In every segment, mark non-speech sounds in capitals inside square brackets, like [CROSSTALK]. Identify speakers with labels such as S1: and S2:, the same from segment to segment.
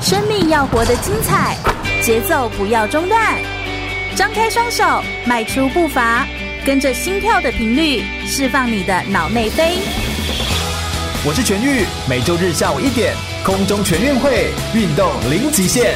S1: 生命要活得精彩，节奏不要中断。张开双手，迈出步伐，跟着心跳的频率，释放你的脑内啡。
S2: 我是全玉，每周日下午一点，空中全运会，运动零极限。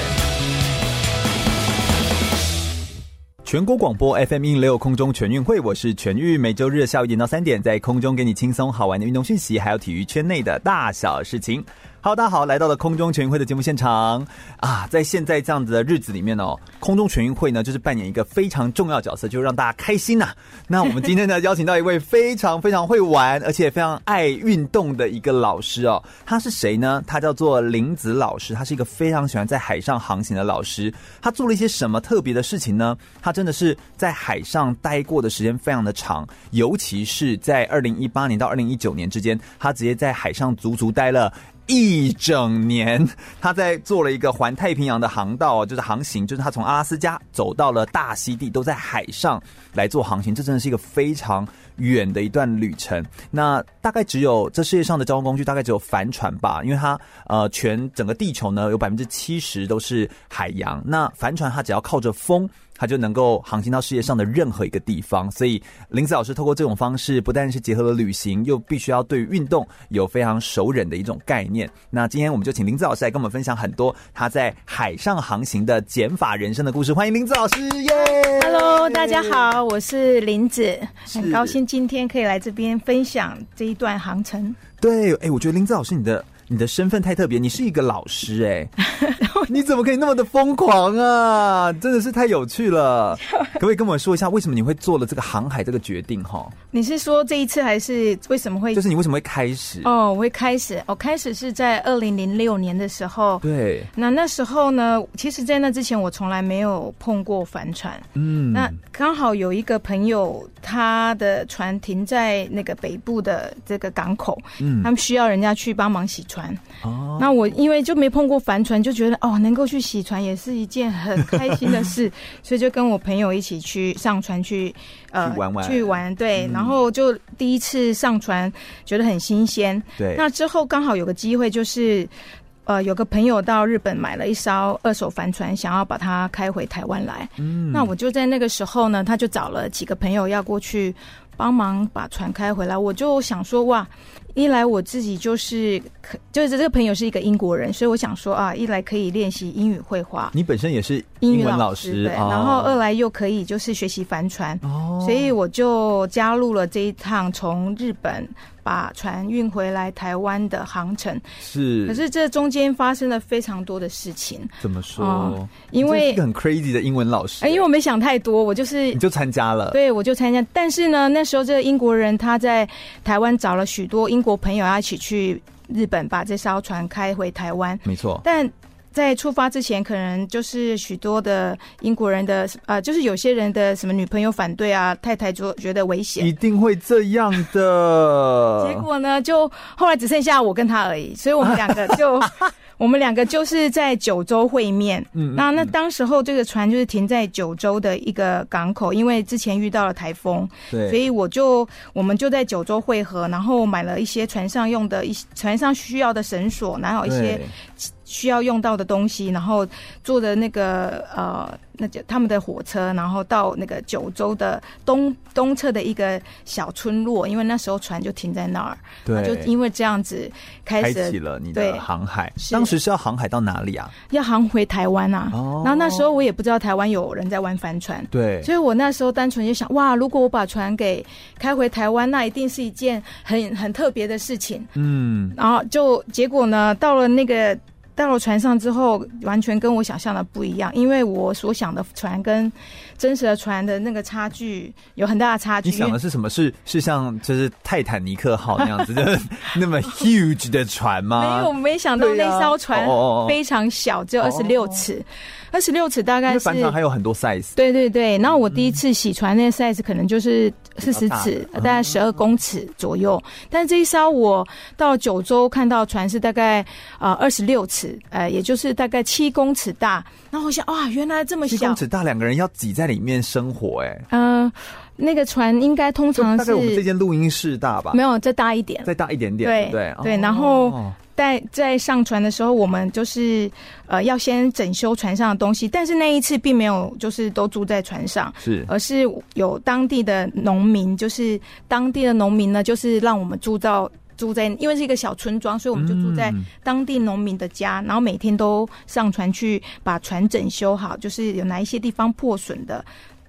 S2: 全国广播 FM 一零六空中全运会，我是全玉，每周日下午一点到三点，在空中给你轻松好玩的运动讯息，还有体育圈内的大小事情。Hello，大家好，来到了空中全运会的节目现场啊！在现在这样子的日子里面哦，空中全运会呢，就是扮演一个非常重要的角色，就是让大家开心呐、那我们今天呢，邀请到一位非常非常会玩，而且非常爱运动的一个老师哦。他是谁呢？他叫做林子老师，他是一个非常喜欢在海上航行的老师。他做了一些什么特别的事情呢？他真的是在海上待过的时间非常的长，尤其是在二零一八年到二零一九年之间，他直接在海上足足待了。一整年，他在做了一个环太平洋的航道，就是航行，就是他从阿拉斯加走到了大溪地，都在海上来做航行。这真的是一个非常远的一段旅程。那大概只有这世界上的交通工具大概只有帆船吧，因为它呃全整个地球呢有百分之七十都是海洋。那帆船它只要靠着风。它就能够航行到世界上的任何一个地方，所以林子老师透过这种方式，不但是结合了旅行，又必须要对运动有非常熟稔的一种概念。那今天我们就请林子老师来跟我们分享很多他在海上航行的减法人生的故事。欢迎林子老师，耶
S3: Hello，大家好，我是林子，
S2: 是
S3: 很高兴今天可以来这边分享这一段航程。
S2: 对，哎、我觉得林子老师你的你的身份太特别，你是一个老师、
S3: [LAUGHS]
S2: 哎，你怎么可以那么的疯狂啊？真的是太有趣
S3: [LAUGHS]
S2: 了。可不可以跟我说一下，为什么你会做了这个航海这个决定？哈，
S3: 你是说这一次还是为什么会？
S2: 就是你为什么会开始？
S3: 哦，我会开始，我、开始是在二零零六年的时候。
S2: 对，
S3: 那那时候呢，其实，在那之前我从来没有碰过帆船。
S2: 嗯，
S3: 那刚好有一个朋友，他的船停在那个北部的这个港口，
S2: 嗯
S3: 他们需要人家去帮忙洗船。
S2: 哦，
S3: 那我因为就没碰过帆船，就觉得哦，能够去洗船也是一件很开心
S2: [LAUGHS]
S3: 的事，所以就跟我朋友一起去上船去，呃，
S2: 去玩玩嗯
S3: 去玩对，然后就第一次上船，觉得很新鲜。
S2: 对，
S3: 那之后刚好有个机会，就是呃，有个朋友到日本买了一艘二手帆船，想要把它开回台湾来。
S2: 嗯
S3: 那我就在那个时候呢，他就找了几个朋友要过去帮忙把船开回来。我就想说，哇，一来我自己就是可就是这个朋友是一个英国人，所以我想说啊，一来可以练习英语绘画、
S2: 你本身也是
S3: 英
S2: 英
S3: 语
S2: 文
S3: 老
S2: 师，
S3: 对，
S2: 哦
S3: 然后二来又可以就是学习帆船。
S2: 哦，
S3: 所以我就加入了这一趟从日本把船运回来台湾的航程，
S2: 是
S3: 可是这中间发生了非常多的事情，
S2: 怎么说
S3: 哦？因
S2: 你真的是
S3: 为
S2: 一个很 crazy 的英文老师，
S3: 哎，因为我没想太多，我就
S2: 你
S3: 是
S2: 就参加了，
S3: 对，我就参加。但是呢，那时候这个英国人他在台湾找了许多英国朋友要一起去日本把这艘船开回台湾，
S2: 没错，
S3: 但。在出发之前，可能就是许多的英国人的呃，就是有些人的什么女朋友反对啊，太太就觉得危险
S2: 一，定会这样的。
S3: 结果呢，就后来只剩下我跟他而已，所以我们两个
S2: [LAUGHS]
S3: 就我们两个就是在九州会面。
S2: 嗯
S3: 那那当时候这个船就是停在九州的一个港口，因为之前遇到了台风，
S2: 对，
S3: 所以我就我们就在九州汇合，然后买了一些船上用的一些船上需要的绳索，然后一些
S2: 对
S3: 需要用到的东西，然后坐着那个呃，那就他们的火车，然后到那个九州的东东侧的一个小村落，因为那时候船就停在那儿，那就
S2: 对，
S3: 因为这样子开
S2: 哎开
S3: 始
S2: 启了你的
S3: 对
S2: 航海。
S3: 是
S2: 当时是要航海到哪里啊？
S3: 要航回台湾啊。
S2: 哦
S3: 然后那时候我也不知道台湾有人在玩帆船。
S2: 对，
S3: 所以我那时候单纯就想，哇，如果我把船给开回台湾，那一定是一件很很特别的事情。
S2: 嗯，
S3: 然后就结果呢，到了那个到了船上之后，完全跟我想象的不一样，因为我所想的船跟真实的船的那个差距有很大的差距。
S2: 你想的是什么？是是像就是泰坦尼克号那样子，
S3: [LAUGHS]
S2: 就是那么 huge 的船
S3: 因为
S2: 吗？
S3: 没有，我没想到
S2: 对呀
S3: 那艘船
S2: 哦哦哦
S3: 非常小，只有
S2: 哦
S3: 二十六尺，二十六尺大
S2: 因
S3: 概
S2: 为
S3: 是
S2: 帆。船还有很多 size。
S3: 对对对，然后我第一次洗船那个 size 可能就是四
S2: 嗯较
S3: 十
S2: 大的嗯
S3: 尺，大概十二公尺左右。但这一艘我到九州看到船是大概呃二十六尺，呃，也就是大概七公尺大。然后我想，哇，原来这么
S2: 七
S3: 小
S2: 公，尺大，两个人要挤在里面生活、哎，
S3: 嗯、那个船应该通
S2: 就
S3: 常
S2: 大概
S3: 嗯是
S2: 我们这间录音室大吧，
S3: 没有再大一点，
S2: 再大一点点，对
S3: 对
S2: 不
S3: 对
S2: 哦
S3: 然后在在上船的时候，我们就是呃要先整修船上的东西，但是那一次并没有就是都住在船上，
S2: 是
S3: 而是有当地的农民，就是当地的农民呢，就是让我们住到住在，因为是一个小村庄，所以我们就住在
S2: 嗯
S3: 当地农民的家，然后每天都上船去把船整修好，就是有哪一些地方破损的。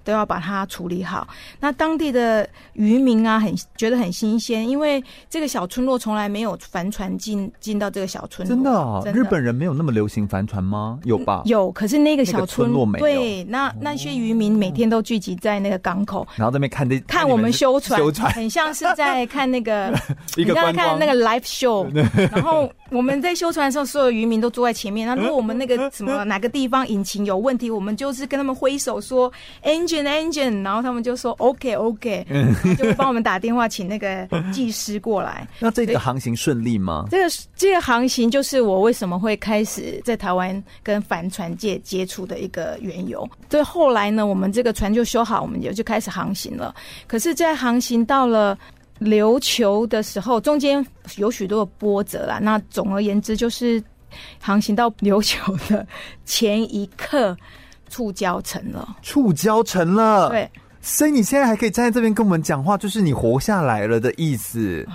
S3: 都要把它处理好。那当地的渔民啊，很觉得很新鲜，因为这个小村落从来没有帆船进进到这个小村落。
S2: 真的啊、
S3: 嗯真的
S2: 日本人没有那么流行帆船吗？有吧？
S3: 有，可是那个小
S2: 那个村落没有
S3: 对，那那些渔民每天都聚集在那个港口，
S2: 然后在那边看这
S3: 看我们修
S2: [LAUGHS]
S3: 船，
S2: 修船
S3: 很像是在看那个
S2: [LAUGHS] 一个
S3: 你刚才
S2: 观光
S3: 看那个 live show，然 [LAUGHS] 后我们在修船的时候，所有渔民都坐在前面。那如果我们那个什么哪个地方引擎有问题，我们就是跟他们挥手说 engine engine，然后他们就说 OK OK，然
S2: 嗯
S3: 后就会帮我们打电话请那个技师过来。
S2: 那这个航行顺利吗？
S3: 这个这个航行就是我为什么会开始在台湾跟帆船界接触的一个缘由。所以后来呢，我们这个船就修好，我们也就开始航行了。可是，在航行到了琉球的时候，中间有许多的波折啦。那总而言之，就是航行到琉球的前一刻。触礁成了，
S2: 触礁成了，
S3: 对，
S2: 所以你现在还可以站在这边跟我们讲话，就是你活下来了的意思。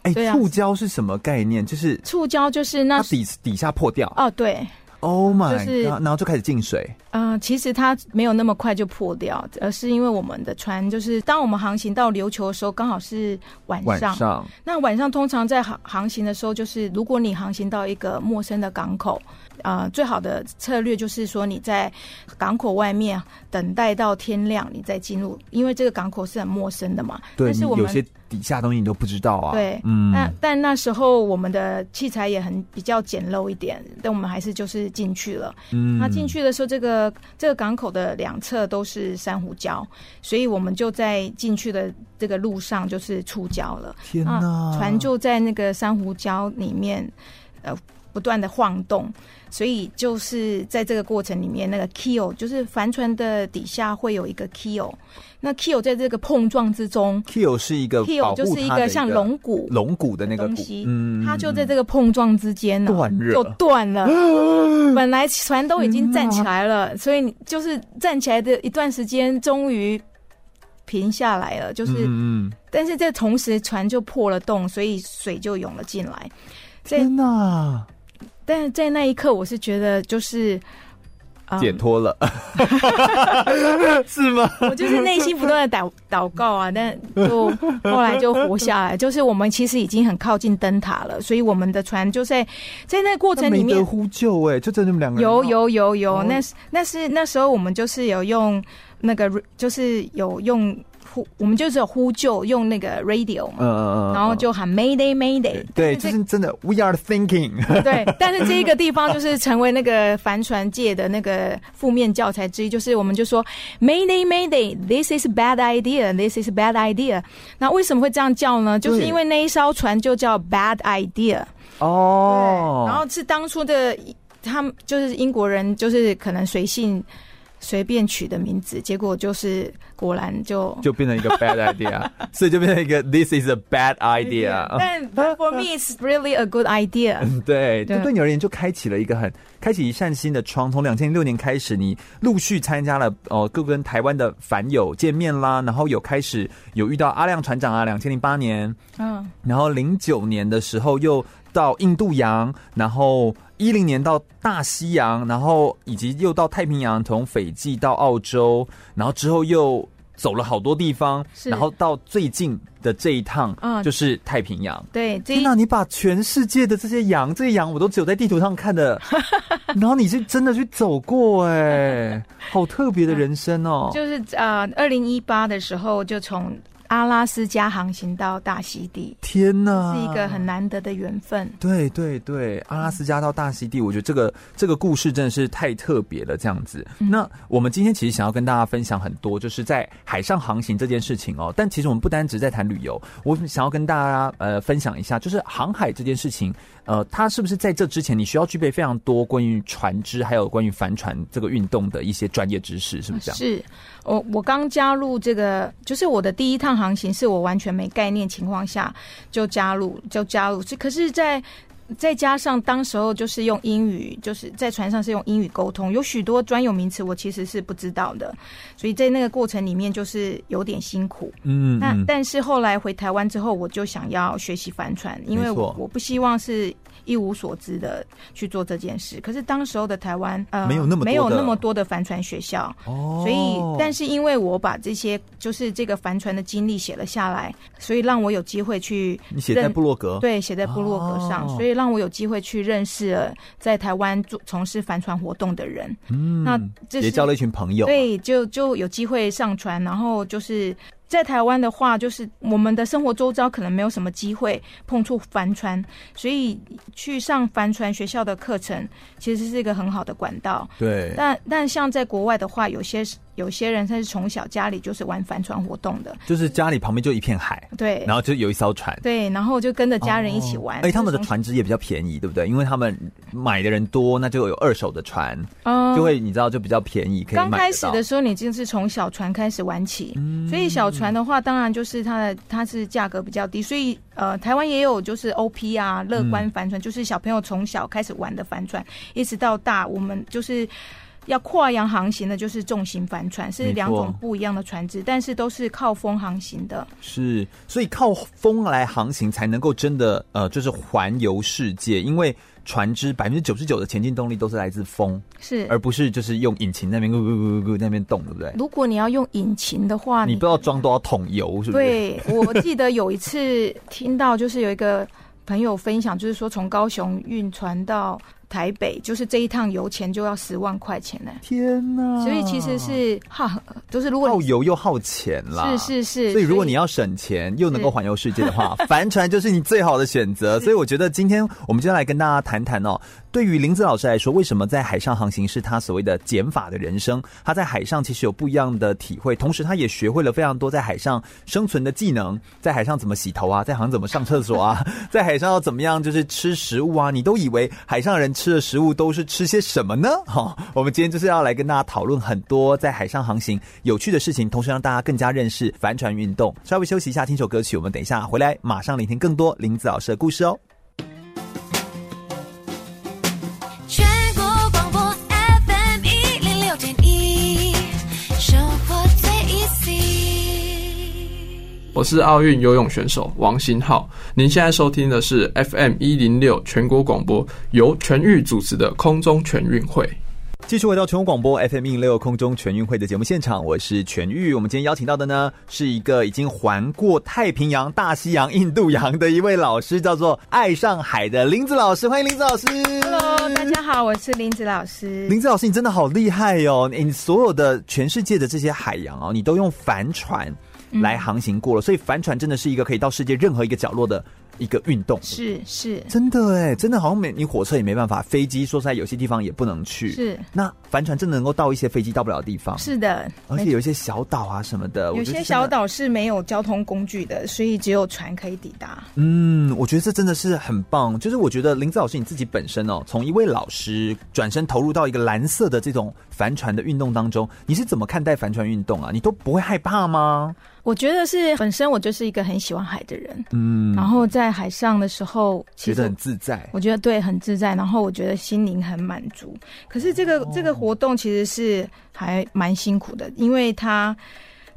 S2: 哎、
S3: 对啊
S2: 触礁是什么概念？就是
S3: 触礁就是那
S2: 它底底下破掉
S3: 哦，对，
S2: ，Oh my，、
S3: 就是
S2: 然后就开始进水，
S3: 嗯，其实它没有那么快就破掉，而是因为我们的船就是当我们航行到琉球的时候，刚好是晚
S2: 晚
S3: 上。
S2: 上
S3: 那晚上通常在航航行的时候，就是如果你航行到一个陌生的港口，呃，最好的策略就是说你在港口外面等待到天亮，你再进入，因为这个港口是很陌生的嘛。
S2: 对
S3: 但
S2: 你
S3: 是我们
S2: 有些底下东西你都不知道啊。
S3: 对
S2: 嗯，
S3: 那但那时候我们的器材也很比较简陋一点，但我们还是就是进去了。
S2: 嗯
S3: 那进去的时候，这个这个港口的两侧都是珊瑚礁，所以我们就在进去的这个路上就是触礁了。
S2: 天
S3: 那
S2: 哪，
S3: 啊船就在那个珊瑚礁里面，呃，不断的晃动，所以就是在这个过程里面，那个 keel 就是帆船的底下会有一个 keel，那 keel 在这个碰撞之中
S2: Keel 是一个保
S3: ，keel
S2: 护
S3: 就是一
S2: 它的
S3: 个像龙骨。
S2: 龙骨的那个
S3: 东
S2: 骨
S3: 西，
S2: 嗯
S3: 它就在这个碰撞之间哦呢、
S2: 断热
S3: 就
S2: [GASPS]
S3: 断了。本来船都已经站起来
S2: 嗯
S3: 了，所以你就是站起来的一段时间，终于平下来了。就是，
S2: 嗯嗯嗯
S3: 但是这同时船就破了洞，所以水就涌了进来。在
S2: 天哪，
S3: 但是在那一刻，我是觉得就是。啊
S2: 解脱了， [LAUGHS] 是吗？
S3: [LAUGHS] 我就是内心不断
S2: [LAUGHS]
S3: 的祷祷告啊，但就后来就活下来。就是我们其实已经很靠近灯塔了，所以我们的船就在在那个过
S2: 那
S3: 程里
S2: 没
S3: 面
S2: 得呼救哎，就在你们两个人
S3: 有有有有，
S2: 哦
S3: 那是那是那时候我们就是有用那个，就是有用呼，我们就是有呼救，用那个 radio 嘛，
S2: 嗯嗯嗯，
S3: 然后就喊 Mayday Mayday
S2: 嗯。 [LAUGHS] 对，就是真的，We are thinking，
S3: 对，但是这一个地方就是成为那个帆船界的那个负面教材之一，就是我们就说 Mayday Mayday，this is a bad idea，this is a bad idea。那为什么会这样叫呢？就是
S2: 对
S3: 因为那一艘船就叫 Bad Idea。
S2: 哦，
S3: 然后是当初的他们就是英国人，就是可能随性随便取的名字，结果就是果然就。
S2: 就变成一个 bad
S3: [LAUGHS]
S2: idea，所以就变成一个 This is a bad idea。
S3: 但 for me it's really a good idea。
S2: [LAUGHS] 对，
S3: 对
S2: 这对你而言就开启了一个很开启一扇新的窗。从两千零六年开始，你陆续参加了哦，各跟台湾的凡友见面啦，然后有开始有遇到阿亮船长啊，两千零八年，
S3: 嗯，
S2: 然后零九年的时候又到印度洋，然后一零年到大西洋，然后以及又到太平洋，从斐济到澳洲，然后之后又走了好多地方，
S3: 是
S2: 然后到最近的这一趟，
S3: 嗯
S2: 就是太平洋。
S3: 对，这
S2: 天
S3: 一
S2: 哪！你把全世界的这些洋，这些洋我都只有在地图上看
S3: [LAUGHS]
S2: 的，然后你是真的去走过哎、好特别的人生哦。
S3: [LAUGHS] 就是呃，二零一八的时候就从阿拉斯加航行到大溪地，
S2: 天哪，
S3: 是一个很难得的缘分。
S2: 对对对，阿拉斯加到大溪地，我觉得这个这个故事真的是太特别了。这样子，
S3: 嗯
S2: 那我们今天其实想要跟大家分享很多，就是在海上航行这件事情哦。但其实我们不单只是在谈旅游，我想要跟大家呃分享一下，就是航海这件事情，呃，它是不是在这之前你需要具备非常多关于船只还有关于帆船这个运动的一些专业知识，是不是这样？
S3: 啊是我我刚加入这个，就是我的第一趟航行是我完全没概念情况下就加入就加入，是可是在，在再加上当时候就是用英语，就是在船上是用英语沟通，有许多专有名词我其实是不知道的，所以在那个过程里面就是有点辛苦。
S2: 嗯，
S3: 那
S2: 嗯
S3: 但是后来回台湾之后，我就想要学习帆船，因为
S2: 没错
S3: 我我不希望是一无所知的去做这件事。可是当时候的台湾，呃，
S2: 没有那么多的
S3: 没有那么多的帆船学校，
S2: 哦，
S3: 所以但是因为我把这些就是这个帆船的经历写了下来，所以让我有机会去
S2: 你写在
S3: 认
S2: 部落格，
S3: 对，写在部落格上，
S2: 嗯哦
S3: 所以让我有机会去认识了在台湾做从事帆船活动的人。
S2: 嗯，
S3: 那这
S2: 也
S3: 是
S2: 交了一群朋友，，
S3: 对，就就有机会上船，然后就是在台湾的话，就是我们的生活周遭可能没有什么机会碰触帆船，所以去上帆船学校的课程其实是一个很好的管道。
S2: 对，
S3: 但但像在国外的话，有些是有些人他是从小家里就是玩帆船活动的，
S2: 就是家里旁边就一片海，
S3: 对
S2: 然后就有一艘船，
S3: 对，然后就跟着家人一起玩。
S2: 哎、他们的
S3: 就是从
S2: 船只也比较便宜，对不对？因为他们买的人多，那就有二手的船，
S3: 嗯
S2: 就会你知道就比较便宜，可以买
S3: 刚
S2: 得
S3: 开始
S2: 到嗯
S3: 的时候，你就是从小船开始玩起，所以小船的话，当然就是它的它是价格比较低，所以呃，台湾也有就是 OP 啊，乐观帆
S2: 嗯
S3: 船，就是小朋友从小开始玩的帆船，一直到大，我们就是。要跨洋航行的，就是重型帆船，
S2: 没
S3: 是
S2: 错
S3: 两种不一样的船只，但是都是靠风航行的。
S2: 是，所以靠风来航行才能够真的呃，就是环游世界，因为船只百分之九十九的前进动力都是来自风，
S3: 是，
S2: 而不是就是用引擎那边咕咕咕咕咕那边动，对不对？
S3: 如果你要用引擎的话，
S2: 你不知道装多少桶油，是不是？，
S3: 啊对，我记得有一次听到，就是有一个朋友分享，就是说从高雄运船到台北，就是这一趟油钱就要十万块钱呢、
S2: 天哪！
S3: 所以其实是哈，就是如果
S2: 耗
S3: 你
S2: 油又耗钱啦，
S3: 是。是是，
S2: 哦所以，如果你要省钱又能够环游世界的话，帆船就是你最好的选择。所以，我觉得今天我们就要来跟大家谈谈哦，对于林子老师来说，为什么在海上航行是他所谓的减法的人生？他在海上其实有不一样的体会，同时他也学会了非常多在海上生存的技能，在海上怎么洗头啊，在海上怎么上厕所啊， [LAUGHS] 在海上要怎么样就是吃食物啊。你都以为海上人吃的食物都是吃些什么呢？ [LAUGHS] 哈、我们今天就是要来跟大家讨论很多在海上航行有趣的事情，同时让大家更加认识帆船运动。稍微休息一下，听首歌曲，我们等一下回来马上聆听更多林子老师的故事哦。
S4: 全国广播 FM 一零六点一，生活最 easy。
S5: 我是奥运游泳选手王新浩。您现在收听的是 FM 一零六全国广播，由全域主持的空中全运会。
S2: 继续回到全国广播 FM 一六空中全运会的节目现场，我是全玉。我们今天邀请到的呢，是一个已经环过太平洋、大西洋、印度洋的一位老师，叫做爱上海的林子老师。欢迎林子老师。
S3: Hello，大哦家好，我是林子老师。
S2: 林子老师，你真的好厉害哦！你你所有的全世界的这些海洋哦，你都用帆船
S3: 嗯
S2: 来航行过了，所以帆船真的是一个可以到世界任何一个角落的一个运动。
S3: 是是
S2: 真的哎，真的好像没你火车也没办法，飞机说实在有些地方也不能去。
S3: 是
S2: 那帆船真的能够到一些飞机到不了的地方，
S3: 是的，
S2: 而且有一些小岛啊什么的，我
S3: 有
S2: 觉得
S3: 些
S2: 真的
S3: 小，岛是没有交通工具的，所以只有船可以抵达。
S2: 嗯，我觉得这真的是很棒。就是我觉得林子老师你自己本身哦，从一位老师转身投入到一个蓝色的这种帆船的运动当中，你是怎么看待帆船运动啊？你都不会害怕吗？
S3: 我觉得是本身我就是一个很喜欢海的人，
S2: 嗯，
S3: 然后在海上的时候，
S2: 觉得
S3: 其实
S2: 很自在，
S3: 我觉得对很自在，然后我觉得心灵很满足。可是这个、
S2: 哦
S3: 这个活动其实是还蛮辛苦的，因为它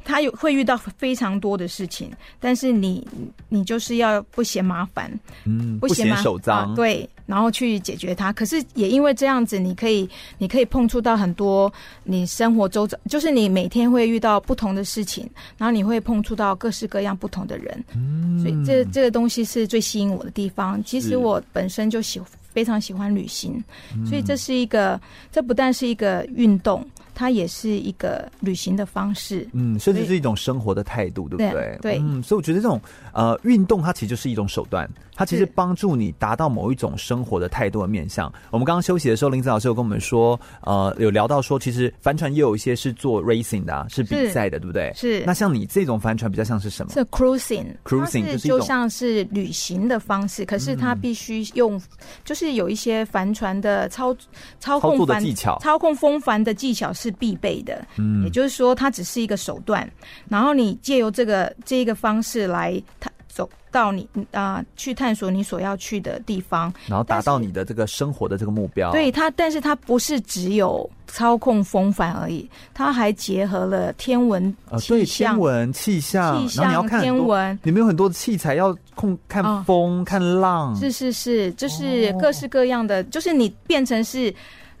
S3: 它有会遇到非常多的事情，但是你你就是要不嫌麻烦，
S2: 嗯，不
S3: 嫌
S2: 嫌
S3: 麻
S2: 手脏，
S3: 啊对，然后去解决它。可是也因为这样子，你可以你可以碰触到很多你生活周遭，就是你每天会遇到不同的事情，然后你会碰触到各式各样不同的人，
S2: 嗯
S3: 所以这这个东西是最吸引我的地方。其
S2: 是
S3: 实我本身就喜非常喜欢旅行，
S2: 嗯
S3: 所以这是一个这不但是一个运动，它也是一个旅行的方式。
S2: 嗯，甚至
S3: 所以
S2: 是一种生活的态度，对不对？
S3: 对对
S2: 嗯，所以我觉得这种呃运动，它其实就是一种手段，它其实
S3: 是
S2: 帮助你达到某一种生活的态度的面向。我们刚刚休息的时候，林子老师有跟我们说，呃，有聊到说，其实帆船也有一些是做 racing 的、啊，是比
S3: 是
S2: 赛的，对不对？
S3: 是
S2: 那像你这种帆船比较像是什么？
S3: 是 cruising，
S2: 哦 Cruising 就
S3: 它
S2: 是是一种嗯
S3: 就像是旅行的方式，可是它必须用，就是有一些帆船的操操
S2: 操
S3: 控
S2: 作的
S3: 帆
S2: 技巧
S3: 操控风帆的技巧是必备的。嗯，也就是说，它只是一个手段，然后你借由这个这一个方式来它。走到你啊、去探索你所要去的地方。
S2: 然后达
S3: 但是
S2: 到你的这个生活的这个目标。
S3: 对它，但是它不是只有操控风帆而已，它还结合了天文
S2: 呃，对
S3: 气
S2: 天
S3: 象、
S2: 文气象，
S3: 气
S2: 然后你要
S3: 象、
S2: 看很
S3: 天
S2: 多，
S3: 文。
S2: 你们有很多的器材要控看
S3: 哦
S2: 风、看浪，
S3: 是是是，就是各式各样的，就是你变成是，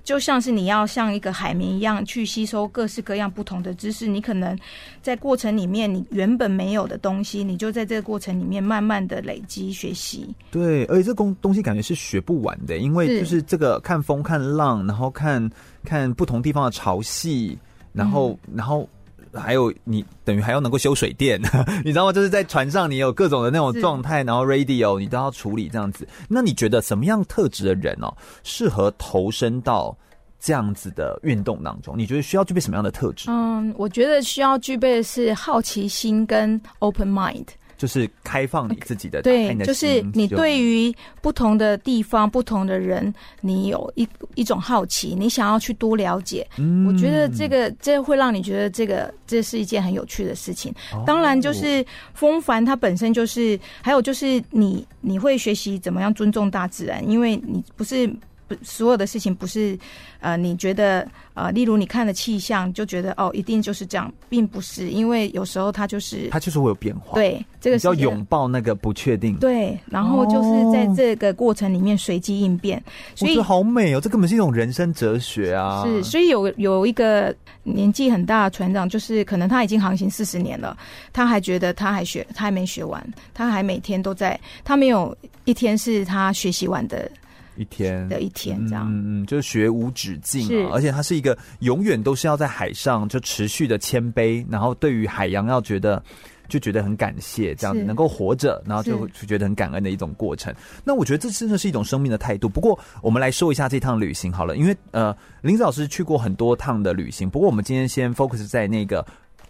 S3: 就像是你要像一个海绵一样去吸收各式各样不同的知识。你可能在过程里面，你原本没有的东西，你就在这个过程里面慢慢的累积学习。
S2: 对，而且这东东西感觉是学不完的，因为
S3: 是
S2: 就是这个看风、看浪，然后看看不同地方的潮汐，然后、
S3: 嗯
S2: 然后还有你等于还要能够修水电， [LAUGHS] 你知道吗？就是在船上你有各种的那种
S3: 是
S2: 状态，然后 radio 你都要处理这样子。那你觉得什么样特质的人哦，适合投身到这样子的运动当中？你觉得需要具备什么样的特质？
S3: 嗯，我觉得需要具备的是好奇心跟 open mind。
S2: 就是开放你自己的，打开
S3: 对，
S2: 你的
S3: 就是
S2: 心
S3: 你对于不同的地方、不同的人，你有一一种好奇，你想要去多了解。
S2: 嗯
S3: 我觉得这个这会让你觉得这个这是一件很有趣的事情。
S2: 哦
S3: 当然，就是风帆它本身就是，还有就是你你会学习怎么样尊重大自然，因为你不是。不，所有的事情不是，呃，你觉得呃，例如你看了气象就觉得哦，一定就是这样，并不是，因为有时候它就是
S2: 它就是会有变化，，
S3: 对这个
S2: 比较
S3: 世界
S2: 拥抱那个不确定。
S3: 对，然后就是在这个过程里面随机应变，
S2: 我
S3: 所
S2: 觉
S3: 以
S2: 得好美哦，这根本是一种人生哲学啊！
S3: 是，所以有有一个年纪很大的船长，就是可能他已经航行四十年了，他还觉得他还学，他还没学完，他还每天都在，他没有一天是他学习完的
S2: 一天
S3: 的一天这样。
S2: 嗯嗯，嗯就是学无止境
S3: 是
S2: 啊！而且它是一个永远都是要在海上就持续的谦卑，然后对于海洋要觉得。就觉得很感谢，这样子
S3: 是
S2: 能够活着，然后就会
S3: 是
S2: 就觉得很感恩的一种过程。那我觉得这真的是一种生命的态度。不过我们来说一下这趟旅行好了，因为呃，林子老师去过很多趟的旅行，不过我们今天先 focus 在那个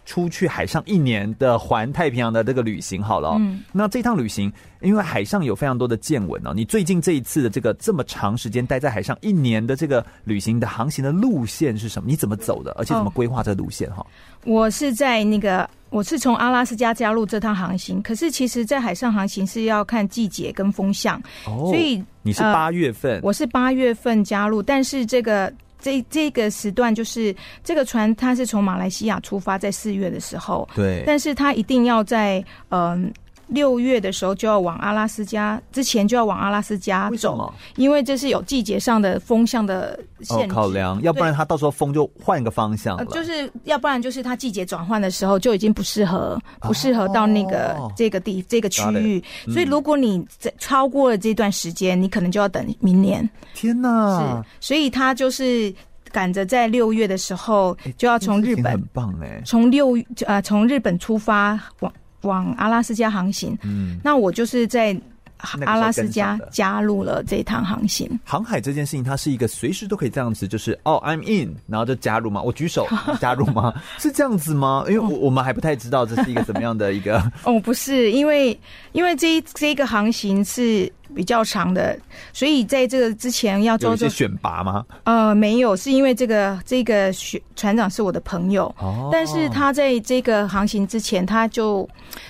S2: 出去海上一年的环太平洋的这个旅行好了哦、
S3: 嗯
S2: 那这趟旅行，因为海上有非常多的见闻哦。你最近这一次的这个这么长时间待在海上一年的这个旅行的航行的路线是什么？你怎么走的？而且怎么
S3: 哦
S2: 规划这个路线哈、
S3: 我是在那个，我是从阿拉斯加加入这趟航行，可是其实在海上航行是要看季节跟风向，
S2: 哦
S3: 所以
S2: 你是
S3: 呃
S2: 八月份、
S3: 我是八月份加入，但是这个这这个时段就是这个船，它是从马来西亚出发，在四月的时候，
S2: 对，
S3: 但是它一定要在嗯。六月的时候就要往阿拉斯加，之前就要往阿拉斯加
S2: 为什
S3: 走，
S2: 么？
S3: 因为这是有季节上的风向的
S2: 哦，
S3: 限制，
S2: 考量，要不然它到时候风就换个方向了。
S3: 呃就是要不然就是它季节转换的时候就已经不适合，不适合到那个、
S2: 哦
S3: 这个地这个区
S2: Got 嗯
S3: 域，所以如果你在超过了这段时间，你可能就要等明年。
S2: 天哪
S3: 是，，所以他就是赶着在六月的时候就要从日
S2: 哎这件事情
S3: 本
S2: 很棒哎、
S3: 从六呃从日本出发往往阿拉斯加航行。
S2: 嗯，
S3: 那我就是在
S2: 那个时候
S3: 阿拉斯
S2: 跟上
S3: 加
S2: 的
S3: 加入了这趟航行。
S2: 航海这件事情，它是一个随时都可以这样子，就是哦，I'm in，然后就加入嘛，我举手加入
S3: [LAUGHS]
S2: 吗？是这样子吗？因为我我们还不太知道这是一个怎么样的一个
S3: 哦，不是，因为因为这一这个航行是比较长的，所以在这个之前要
S2: 有
S3: 做
S2: 一
S3: 做
S2: 些选拔吗？
S3: 呃没有，是因为这个这个学船长是我的朋友，
S2: 哦
S3: 但是他在这个航行之前，他就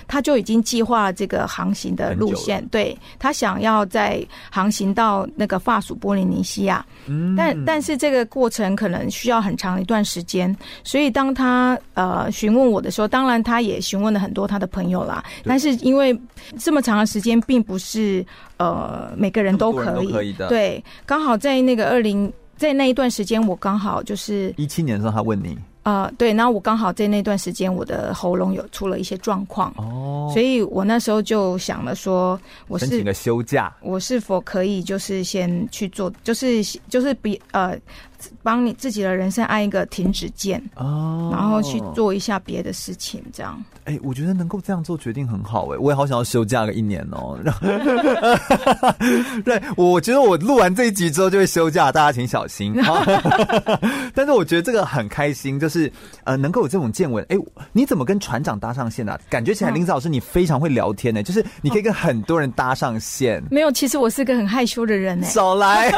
S3: 他就已经计划这个航行的路线，对他想要在航行到那个法属波利尼西亚，
S2: 嗯
S3: 但但是这个过程可能需要很长一段时间，所以当他呃询问我的时候，当然他也询问了很多他的朋友啦，
S2: 对
S3: 但是因为这么长的时间，并不是呃每个人都
S2: 那么多
S3: 可
S2: 人
S3: 以，
S2: 都可以的
S3: 对，刚好在那个二零。在那一段时间，我刚好就是
S2: 一七年的时候，他问你
S3: 啊，对，然后我刚好在那段时间我的喉咙有出了一些状况，
S2: 哦，
S3: 所以我那时候就想了说，我
S2: 申请
S3: 是
S2: 个休假，
S3: 我是否可以就是先去做，就是就是比呃，帮你自己的人生按一个停止键，
S2: 哦，
S3: 然后去。做一下别的事情，这样。
S2: 哎、我觉得能够这样做决定很好哎、我也好想要休假个一年
S3: [LAUGHS]
S2: 哦、对，我觉得我录完这一集之后就会休假，大家请小心。
S3: [LAUGHS]
S2: 好但是我觉得这个很开心，就是呃，能够有这种见闻。哎、你怎么跟船长搭上线的、啊？感觉起来
S3: 嗯
S2: 林子老师你非常会聊天呢、就是你可以跟很多人搭上线。
S3: 没有，其实我是个很害羞的人哎、
S2: 少来！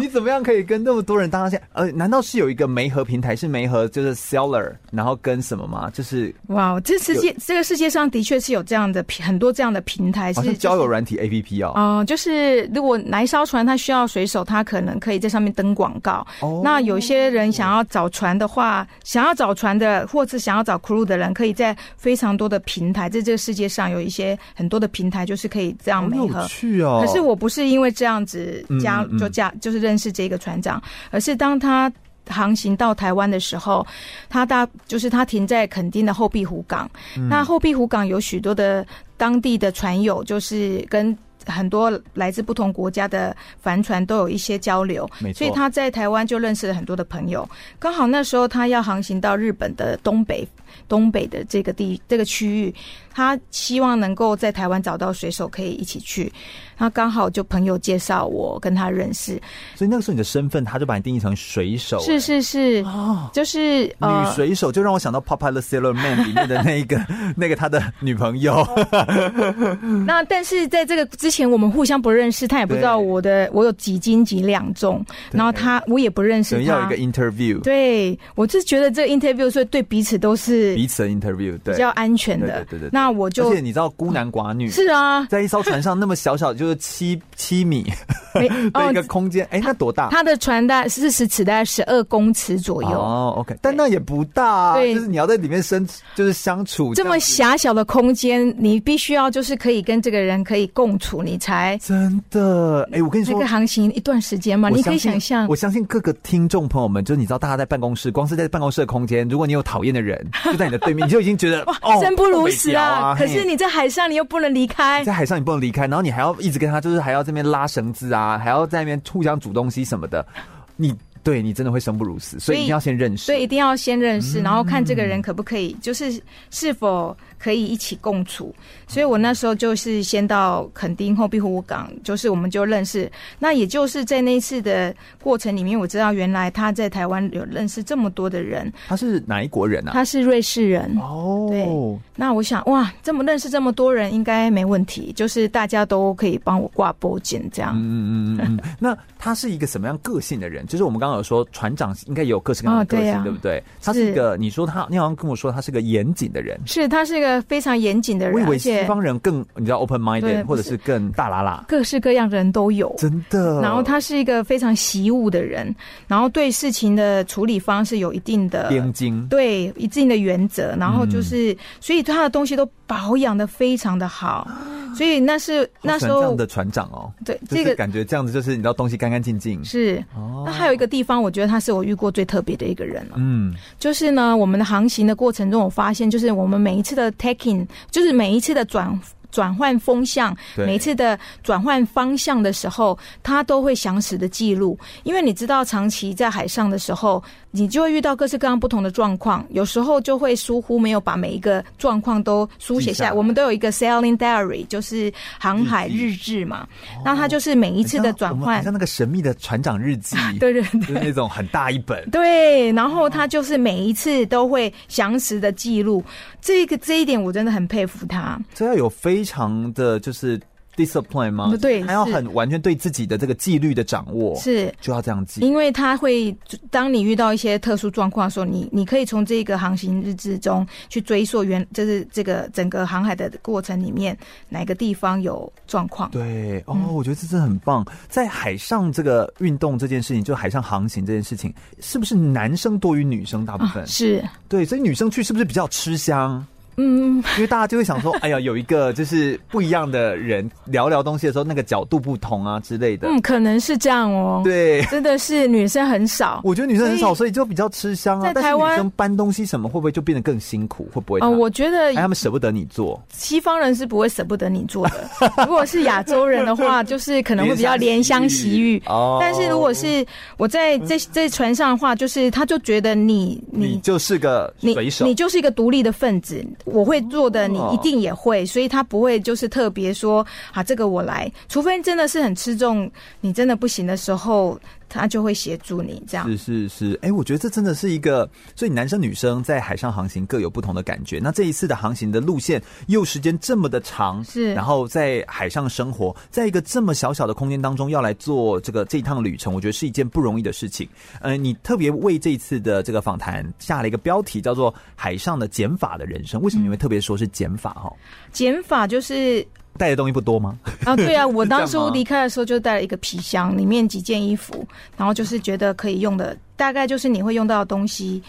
S2: 你怎么样可以跟那么多人搭线？呃，难道是有一个媒合平台是媒合就是 seller，然后跟什么吗？就是
S3: 哇，哦这世界这个世界上的确是有这样的平很多这样的平台，
S2: 好
S3: 是
S2: 像交友
S3: 就是
S2: 软体 APP 哦。
S3: 嗯、就是如果哪一艘船它需要水手，它可能可以在上面登广告。
S2: 哦
S3: 那有些人想要找船的话，想要找船的，或是想要找 crew 的人，可以在非常多的平台，在这个世界上有一些很多的平台，就是可以这样
S2: 好
S3: 配合
S2: 有。趣哦。
S3: 可是我不是因为这样子加
S2: 嗯嗯嗯
S3: 就加就是认识这个船长，而是当他航行到台湾的时候，他大就是他停在垦丁的后壁湖港，
S2: 嗯
S3: 那后壁湖港有许多的当地的船友，就是跟。很多来自不同国家的帆船都有一些交流
S2: 没，错
S3: 所以他在台湾就认识了很多的朋友。刚好那时候他要航行到日本的东北，东北的这个地这个区域，他希望能够在台湾找到水手可以一起去。那刚好就朋友介绍我跟他认识，
S2: 所以那个时候你的身份，他就把你定义成水手、
S3: 是是是，就是
S2: 哦
S3: 呃
S2: 女水手，就让我想到《Papa the Sailor Man》里面的那一个
S3: [LAUGHS]
S2: 那个他的女朋友。
S3: 那但是在这个之前，我们互相不认识，他也不知道
S2: 对
S3: 我的我有几斤几两重，
S2: 对
S3: 然后他我也不认
S2: 等
S3: 识
S2: 于要有一
S3: 他
S2: 个。interview，
S3: 对，我是觉得这个 interview 所以对彼此都是
S2: 彼此的 interview，对
S3: 比。较安全的。
S2: 对对对对对
S3: 那我
S2: 而
S3: 就
S2: 且你知道孤男寡女
S3: 是啊，
S2: 在一艘船上那么小小，就是七七米
S3: 没
S2: [LAUGHS] 的一个
S3: 哦，
S2: 空间，哎、那多大？
S3: 他的船大四十尺，大概十二公尺左右。
S2: 哦，OK，但那也不大、啊，
S3: 对
S2: 就是你要在里面生，就是相处
S3: 这么
S2: 样子
S3: 狭小的空间，你必须要就是可以跟这个人可以共处，你才
S2: 真的，哎、我跟你
S3: 那
S2: 说
S3: 个。航行一段时间嘛。
S2: 我
S3: 你可以
S2: 信
S3: 想象
S2: 我，相信各个听众朋友们，就是你知道，大家在办公室，光是在办公室的空间，如果你有讨厌的人，就在你的对面，你就已经觉
S3: [LAUGHS]
S2: 得哦，
S3: 生不如死
S2: 啊！
S3: 啊！可
S2: 嘿
S3: 是你在海上，你又不能离开
S2: 你。在海上你不能离开，然后你还要一直跟他，就是还要这边拉绳子啊，还要在那边互相煮东西什么的，你对你真的会生不如死，所
S3: 所
S2: 以
S3: 以
S2: 一定要先认识。
S3: 所以一定要先认
S2: 嗯
S3: 识，然后看这个人可不可以，就是是否可以一起共处。所以我那时候就是先到垦丁后壁湖港，就是我们就认识。那也就是在那一次的过程里面，我知道原来他在台湾有认识这么多的人，
S2: 他是哪一国人啊？
S3: 他是瑞士人。对
S2: 哦，
S3: 那我想，哇，这么认识这么多人，应该没问题，就是大家都可以帮我挂波件这样。
S2: 嗯嗯嗯嗯嗯， [LAUGHS] 那他是一个什么样个性的人？就是我们刚刚有说船长应该有各式各样的
S3: 哦
S2: 个
S3: 对
S2: 性，
S3: 啊
S2: 对不对？他是一个，你说他，你好像跟我说他是个严谨的人，
S3: 是他是一个非常严谨的
S2: 我以
S3: 人，而
S2: 为西
S3: 且
S2: 方人更你知道 open
S3: 对
S2: minded
S3: 不
S2: 或者
S3: 是
S2: 是更大啦啦，
S3: 各式各样的人都有。
S2: 真的。
S3: 然后他是一个非常习武的人，然后对事情的处理方式有一定的
S2: 边嗯境
S3: 对一定的原则，然后就是、所以他的东西都保养的非常的好，所以那是那时
S2: 啊好喜欢这样
S3: 候
S2: 的船长哦，
S3: 对
S2: 就
S3: 这
S2: 是
S3: 个
S2: 感哦觉这样子就是你知道东西干干净净，
S3: 是。那还有一个地方，我觉得他是我遇过最特别的一个人哦了。
S2: 嗯，
S3: 就是呢，我们的航行的过程中，我发现就是我们每一次的 taking，就是每一次的转转换风向，
S2: 对
S3: 每次的转换方向的时候，他都会详实的记录，因为你知道，长期在海上的时候，你就会遇到各式各样不同的状况，有时候就会疏忽没有把每一个状况都书写下
S2: 记下
S3: 来。
S2: 来
S3: 我们都有一个 sailing diary，就是航海
S2: 日哦哎
S3: 日志嘛，那它就是每一次的转
S2: 很像我们
S3: 换
S2: 很，像那个神秘的船长日记，
S3: [LAUGHS] 对对对。
S2: 就是那种很大一本。
S3: 对，然后他就是每一次都会详实的记录，这个这一点我真的很佩服他。
S2: 这要有非常的就是 discipline 吗？
S3: 嗯对
S2: 还要
S3: 是
S2: 很完全对自己的这个纪律的掌握，
S3: 是
S2: 就要这样记。
S3: 因为他会，当你遇到一些特殊状况的时候，你你可以从这个航行日志中去追溯原，就是这个整个航海的过程里面哪个地方有状况。
S2: 对哦，
S3: 嗯
S2: 我觉得这真的很棒。在海上这个运动这件事情，就海上航行这件事情，是不是男生多于女生大部分？
S3: 啊是，
S2: 对，所以女生去是不是比较吃
S3: [LAUGHS]
S2: 香？
S3: 嗯，
S2: 因为大家就会想说，哎呀，有一个就是不一样的人聊聊东西的时候，那个角度不同啊之类的。
S3: 嗯，可能是这样哦。，
S2: 对，
S3: 真的是女生很少。
S2: 我觉得女生很少，
S3: 所以
S2: 所以就比较吃香啊。
S3: 在台
S2: 但
S3: 湾
S2: 是女生搬东西什么，会不会就变得更辛苦？会不会？
S3: 哦，我觉得
S2: 哎，他们舍不得你做，
S3: 西方人是不会舍不得你做的。 [LAUGHS] 如果是亚洲人
S2: [LAUGHS]
S3: 的话，就是可能会比较怜香惜玉。
S2: 哦嗯
S3: 但是如果是我在这这船上的话，就是他就觉得你
S2: 你
S3: 你。
S2: 就是个
S3: 你
S2: 水手哦
S3: 你，就是一个独立的分子，我会做的，你一定也会，所以他不会就是特别说啊，这个我来，除非真的是很吃重你真的不行的时候，他就会协助你这样。
S2: 是是是，哎、我觉得这真的是一个，所以男生女生在海上航行各有不同的感觉。那这一次的航行的路线又时间这么的长，
S3: 是
S2: 然后在海上生活，在一个这么小小的空间当中要来做这个这一趟旅程，我觉得是一件不容易的事情。呃，你特别为这一次的这个访谈下了一个标题，叫做《海上的减法的人生》。为什么
S3: 嗯
S2: 你会特别说是减法？哈、
S3: 减法就是
S2: 带的东西不多吗？
S3: 啊，对啊，我当
S2: 干
S3: 初
S2: 嘛
S3: 离开的时候就带了一个皮箱，里面几件衣服，然后就是觉得可以用的，大概就是你会用到的东西，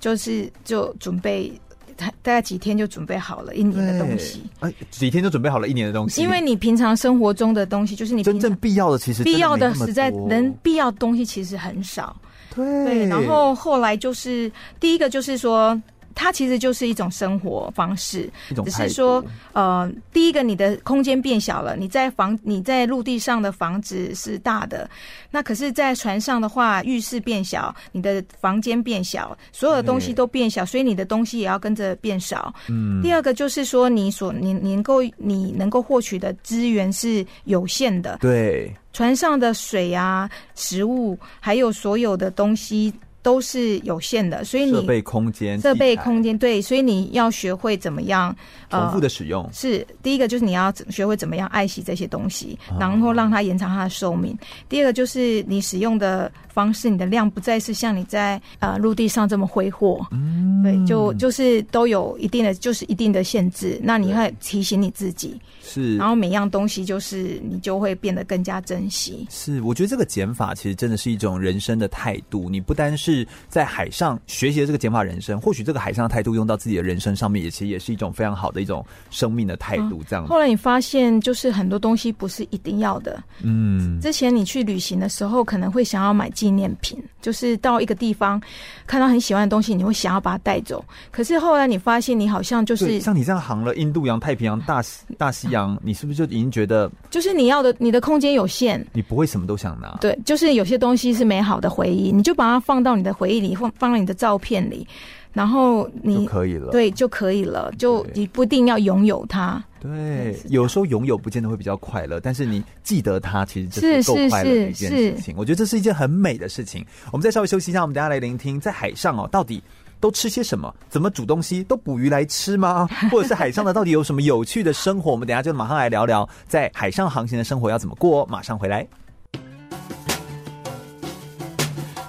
S3: 就是就准备大大概几天就准备好了一年
S2: [LAUGHS]
S3: 的东西，
S2: 哎，几天就准备好了一年的东西，
S3: 因为你平常生活中的东西，就是你
S2: 真
S3: 平
S2: 正
S3: 常
S2: 必要的其实
S3: 必要
S2: 真
S3: 的
S2: 没那么
S3: 实在
S2: 多
S3: 能必要的东西其实很少。
S2: 对
S3: 对，然后后来就是第一个就是说，它其实就是一种生活方式。
S2: 一种
S3: 只是
S2: 态度
S3: 说呃，第一个你的空间变小了，你在房你在陆地上的房子是大的，那可是，在船上的话，浴室变小，你的房间变小，所有的东西
S2: 对
S3: 都变小，所以你的东西也要跟着变少。
S2: 嗯
S3: 第二个就是说，你所你你能够你能够获取的资源是有限的，
S2: 对，
S3: 船上的水啊、食物，还有所有的东西都是有限的，所以
S2: 设
S3: 你
S2: 备空间，
S3: 设备
S2: 器材
S3: 空间对，所以你要学会怎么样呃
S2: 重复的使用，
S3: 是第一个就是你要学会怎么样爱惜这些东西，
S2: 哦
S3: 然后让它延长它的寿命。第二个就是你使用的方式，你的量不再是像你在呃陆地上这么挥霍，
S2: 嗯
S3: 对，就就是都有一定的就是一定的限制。那你
S2: 对
S3: 会提醒你自己，
S2: 是
S3: 然。后每样东西就是你就会变得更加珍惜。
S2: 是，我觉得这个减法其实真的是一种人生的态度。你不单是在海上学习了这个减法人生，或许这个海上的态度用到自己的人生上面，也其实也是一种非常好的一种生命的态度。这样，
S3: 后来你发现，就是很多东西不是一定要的，
S2: 嗯，
S3: 之前你去旅行的时候，可能会想要买纪念品，就是到一个地方看到很喜欢的东西，你会想要把它带走。可是后来你发现，你好像就
S2: 对，
S3: 是
S2: 像你这样航了印度洋、太平洋、大西大西洋，你是不是就已经觉得
S3: 就是你要的，你的空间有限。
S2: 你不会什么都想拿？
S3: 对，就是有些东西是美好的回忆，你就把它放到你的回忆里，放放到你的照片里，然后
S2: 就
S3: 你
S2: 可以了。
S3: 对就可以了，就
S2: 对
S3: 你不一定要拥有它。
S2: 对
S3: 是，这
S2: 有时候拥有不见得会比较快乐，但是你记得它，其实这
S3: 是
S2: 是够
S3: 是
S2: 快乐的一
S3: 是
S2: 件
S3: 是
S2: 事情。我觉得这是一件很美的事情。我们再稍微休息一下，我们等一下来聆听在海上哦，到底都吃些什么？怎么煮东西？都捕鱼来吃
S3: [LAUGHS]
S2: 吗？或者是海上的到底有什么有趣的生活？我们等一下就马上来聊聊在海上航行的生活要怎么过、哦。马上回来。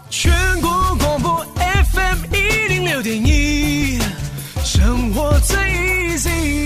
S6: 全国广播 FM 一零六点一，生活最 easy。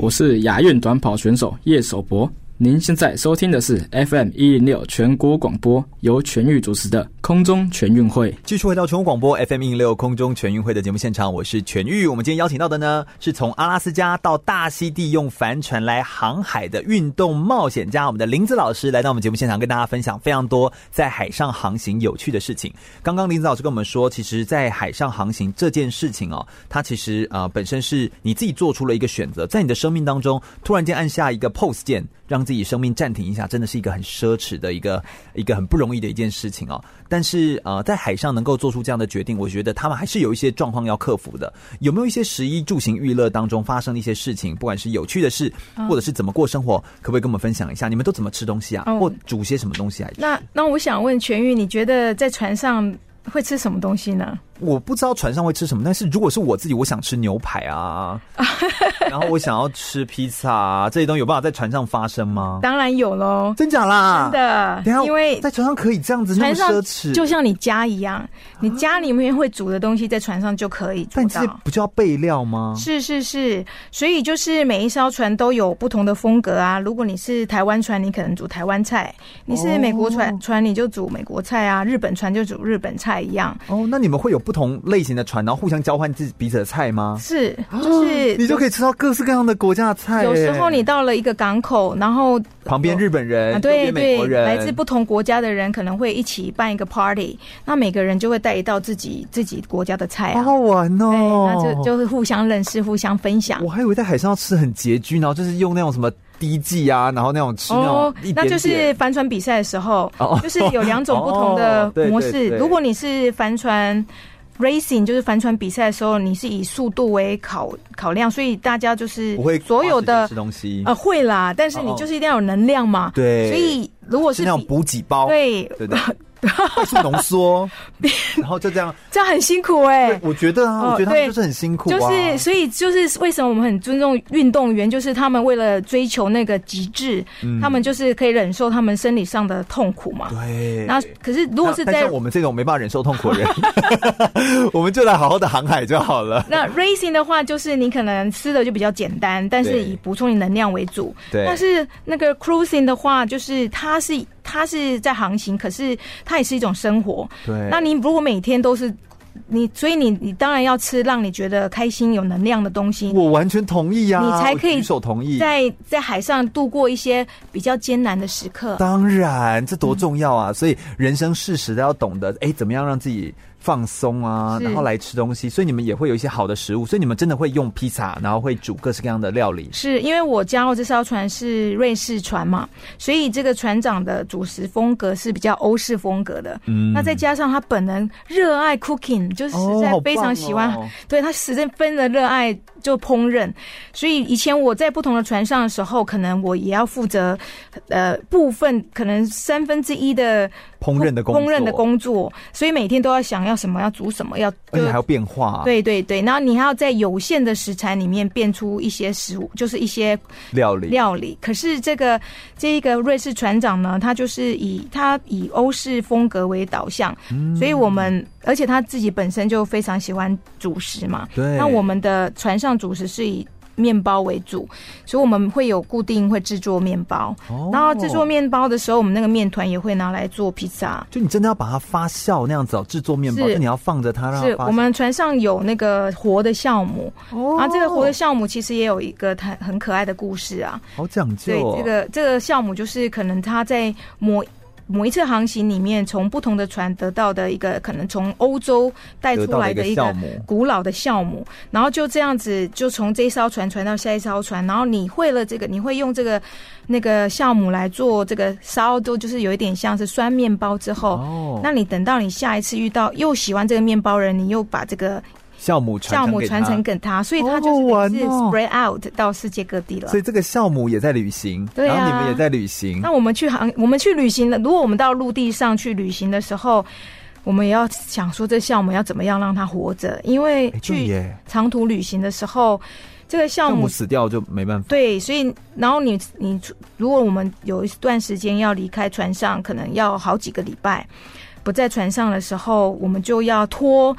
S7: 我是亚运短跑选手叶守博。您现在收听的是 FM 一零六全国广播，由全域主持的空中全运会。
S2: 继续回到全国广播 FM 一六空中全运会的节目现场，我是全玉。我们今天邀请到的呢，是从阿拉斯加到大溪地用帆船来航海的运动冒险家，我们的林子老师来到我们节目现场，跟大家分享非常多在海上航行有趣的事情。刚刚林子老师跟我们说，其实，在海上航行这件事情哦，它其实呃本身是你自己做出了一个选择，在你的生命当中突然间按下一个 pause 键，让自己生命暂停一下，真的是一个很奢侈的一个一个很不容易的一件事情哦。但是呃，在海上能够做出这样的决定，我觉得他们还是有一些状况要克服的。有没有一些食衣住行娱乐当中发生的一些事情，不管是有趣的事，或者是怎么过生活，可不可以跟我们分享一下？你们都怎么吃东西啊，
S3: 嗯
S2: 或煮些什么东西啊来吃？
S3: 那那我想问全玉，你觉得在船上会吃什么东西呢？
S2: 我不知道船上会吃什么，但是如果是我自己，我想吃牛排啊，然后我想要吃披萨啊，这些东西有办法在船上发生吗？
S3: 当然有喽，
S2: 真假啦？
S3: 真。的
S2: [LAUGHS] 等一下，，
S3: 因为
S2: 在船上可以这样子那
S3: 船
S2: 么
S3: 上
S2: 奢侈，
S3: 就像你家一样，你家里面会煮的东西，在船上就可以煮
S2: 但这
S3: 到。
S2: 不就要备料吗？
S3: 是是是，所以就是每一艘船都有不同的风格啊。如果你是台湾船，你可能煮台湾菜；你是美国
S2: 哦
S3: 船、船，你就煮美国菜啊；日本船就煮日本菜一样。
S2: 哦，那你们会有不同类型的船，然后互相交换自己彼此的菜吗？
S3: 是，就是
S2: 啊你就可以吃到各式各样的国家的菜耶。
S3: 有时候你到了一个港口，然后
S2: 旁边日本人，
S3: 啊，
S2: 右
S3: 对
S2: 边美
S3: 对
S2: 国，人，
S3: 来自不同国家的人可能会一起办一个 party，那每个人就会带一道自己自己国家的菜
S2: 好
S3: 啊，
S2: 好玩
S3: 对，
S2: 哦。
S3: 那就就是互相认识、互相分享
S2: 我。还以为在海上要吃很拮据，然后就是用那种什么低剂啊，然后那种吃那种一点
S3: 哦那
S2: 点，
S3: 就是帆船比赛的时候，
S2: 哦
S3: 就是有两种不同的
S2: [LAUGHS] 哦对
S3: 模
S2: 对
S3: 式。
S2: 对
S3: 如果你是帆船 racing，就是帆船比赛的时候，你是以速度为考考量，所以大家就是
S2: 不会
S3: 所有
S2: 花时间
S3: 的
S2: 吃东西
S3: 呃，会啦，但是
S2: 哦
S3: 你
S2: 哦
S3: 就是一定要有能量嘛。
S2: 对
S3: 所以如果
S2: 是
S3: 是
S2: 那种
S3: 比
S2: 补给包，
S3: 对，
S2: 对不
S3: [LAUGHS]
S2: 对？快速浓缩，然后就这样。
S3: 这样很辛苦哎、
S2: 我觉得啊，
S3: 哦
S2: 我觉得他们
S3: 对
S2: 就是很辛苦啊，
S3: 就是，所以就是为什么我们很尊重运动员，就是他们为了追求那个极致，他们就是可以忍受他们生理上的痛苦嘛。
S2: 嗯对。
S3: 那可是如果是
S2: 但但
S3: 在
S2: 像我们这种没办法忍受痛苦的人， [LAUGHS] 我们就来好好的航海就好了。
S3: 那 racing 的话，就是你可能吃的就比较简单，但
S2: 对
S3: 是以补充你能量为主。
S2: 对
S3: 但是那个 cruising 的话，就是它是它是在航行，可是它也是一种生活。
S2: 对，
S3: 那你如果每天都是你，所以你你当然要吃让你觉得开心、有能量的东西。
S2: 我完全同意呀、啊，
S3: 你才可以
S2: 我举手同意。
S3: 在在海上度过一些比较艰难的时刻，
S2: 当然，这多重要
S3: 嗯
S2: 啊！所以人生适时的要懂得，哎，怎么样让自己放松啊，
S3: 是
S2: 然后来吃东西。所以你们也会有一些好的食物，所以你们真的会用披萨，然后会煮各式各样的料理。
S3: 是因为我加入这艘船是瑞士船嘛，所以这个船长的主食风格是比较欧式风格的。
S2: 嗯
S3: 那再加上他本人热爱 cooking，就是实在非常喜欢，
S2: 哦好棒哦
S3: 对他十分的热爱就烹饪。所以以前我在不同的船上的时候，可能我也要负责呃部分，可能三分之一的
S2: 烹饪的工作
S3: 烹饪的，工作，所以每天都要想要什么，要煮什么，要
S2: 而且还要变化，，
S3: 对对对，然后你还要在有限的食材里面变出一些食物，就是一些
S2: 料理，
S3: 料理。可是这个这一个瑞士船长呢，他就是以他以欧式风格为导向，
S2: 嗯
S3: 所以我们而且他自己本身就非常喜欢主食嘛。
S2: 对
S3: 那我们的船上主食是以面包为主，所以我们会有固定会制作面包。
S2: 哦
S3: 然后制作。面包的时候，我们那个面团也会拿来做披萨。
S2: 就你真的要把它发酵那样子哦，制作面包，
S3: 是
S2: 就你要放着它让它
S3: 是
S2: 发酵。
S3: 我们船上有那个活的酵母，
S2: 哦
S3: 然后这个活的酵母其实也有一个很很可爱的故事啊。
S2: 好讲
S3: 对
S2: 究、，哦，
S3: 这个这个酵母就是可能它在某某一次航行里面，从不同的船得到的一个可能从欧洲带
S2: 得
S3: 出
S2: 到
S3: 来
S2: 一个
S3: 的一
S2: 酵
S3: 个
S2: 母，
S3: 古老的酵母，然后就这样子就从这一艘船传到下一艘船，然后你会了这个，你会用这个那个酵母来做这个烧都，就是有一点像是酸面包之后。
S2: 哦，
S3: 那你等到你下一次遇到又喜欢这个面包人，你又把这个
S2: 酵母传
S3: 酵母
S2: 给
S3: 传
S2: 它
S3: 承给他，所以
S2: 好
S3: 他
S2: 好
S3: 就是
S2: 玩
S3: 是
S2: 哦
S3: spread out 到世界各地了
S2: 所。以这个酵母也在旅行，
S3: 对啊
S2: 然后你们也在旅行
S3: 那，我们去航，我们去旅行了。如果我们到陆地上去旅行的时候，我们也要想说这项目要怎么样让它活着，因为
S2: 哎，对
S3: 去
S2: 耶，
S3: 长途旅行的时候，这个项
S2: 酵
S3: 目
S2: 母死掉就没办法。
S3: 对，所以然后你你如果我们有一段时间要离开船上，可能要好几个礼拜不在船上的时候，我们就要托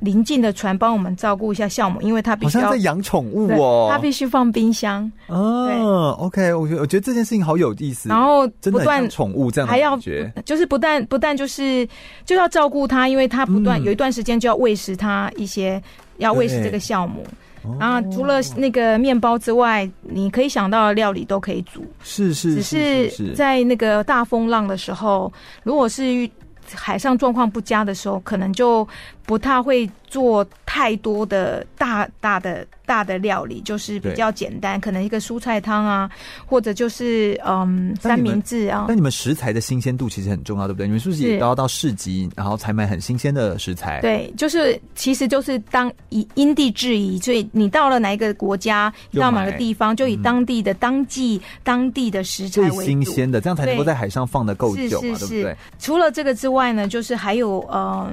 S3: 邻近的船帮我们照顾一下项目，因为它必
S2: 好
S3: 须
S2: 像
S3: 要
S2: 在养宠物
S3: 对
S2: 哦，
S3: 它必须放冰箱，
S2: 哦，OK，我觉得我觉得这件事情好有意思，
S3: 然后
S2: 真
S3: 不
S2: 的很
S3: 断
S2: 像宠物这样的
S3: 还要
S2: 感觉，
S3: 就是不但不但就是就要照顾它，因为它不断、
S2: 嗯
S3: 有一段时间就要喂食它一些，要喂食
S2: 对
S3: 这个酵母。
S2: 哦
S3: 啊，除了那个面包之外，你可以想到的料理都可以煮，
S2: 是是
S3: 只
S2: 是
S3: 是在那个大风浪的时候，如果是遇海上状况不佳的时候，可能就不太会做太多的大大的大的料理，就是比
S2: 对
S3: 较简单，可能一个蔬菜汤啊，或者就是嗯
S2: 那
S3: 三
S2: 你们
S3: 明治啊。
S2: 但你们食材的新鲜度其实很重要，对不对？你们是不是也
S3: 是
S2: 都要到市集，然后才买很新鲜的食材？，
S3: 对，就是其实就是当以因地制宜，所以你到了哪一个国家，
S2: 就
S3: 到哪
S2: 买嗯
S3: 个地方，就以当地的、当季、当地的食材
S2: 最
S3: 为
S2: 新
S3: 主。
S2: 鲜的，这样才能够
S3: 对
S2: 在海上放的够
S3: 是
S2: 久嘛，对
S3: 是
S2: 不对
S3: 是？除了这个之外呢，就是还有呃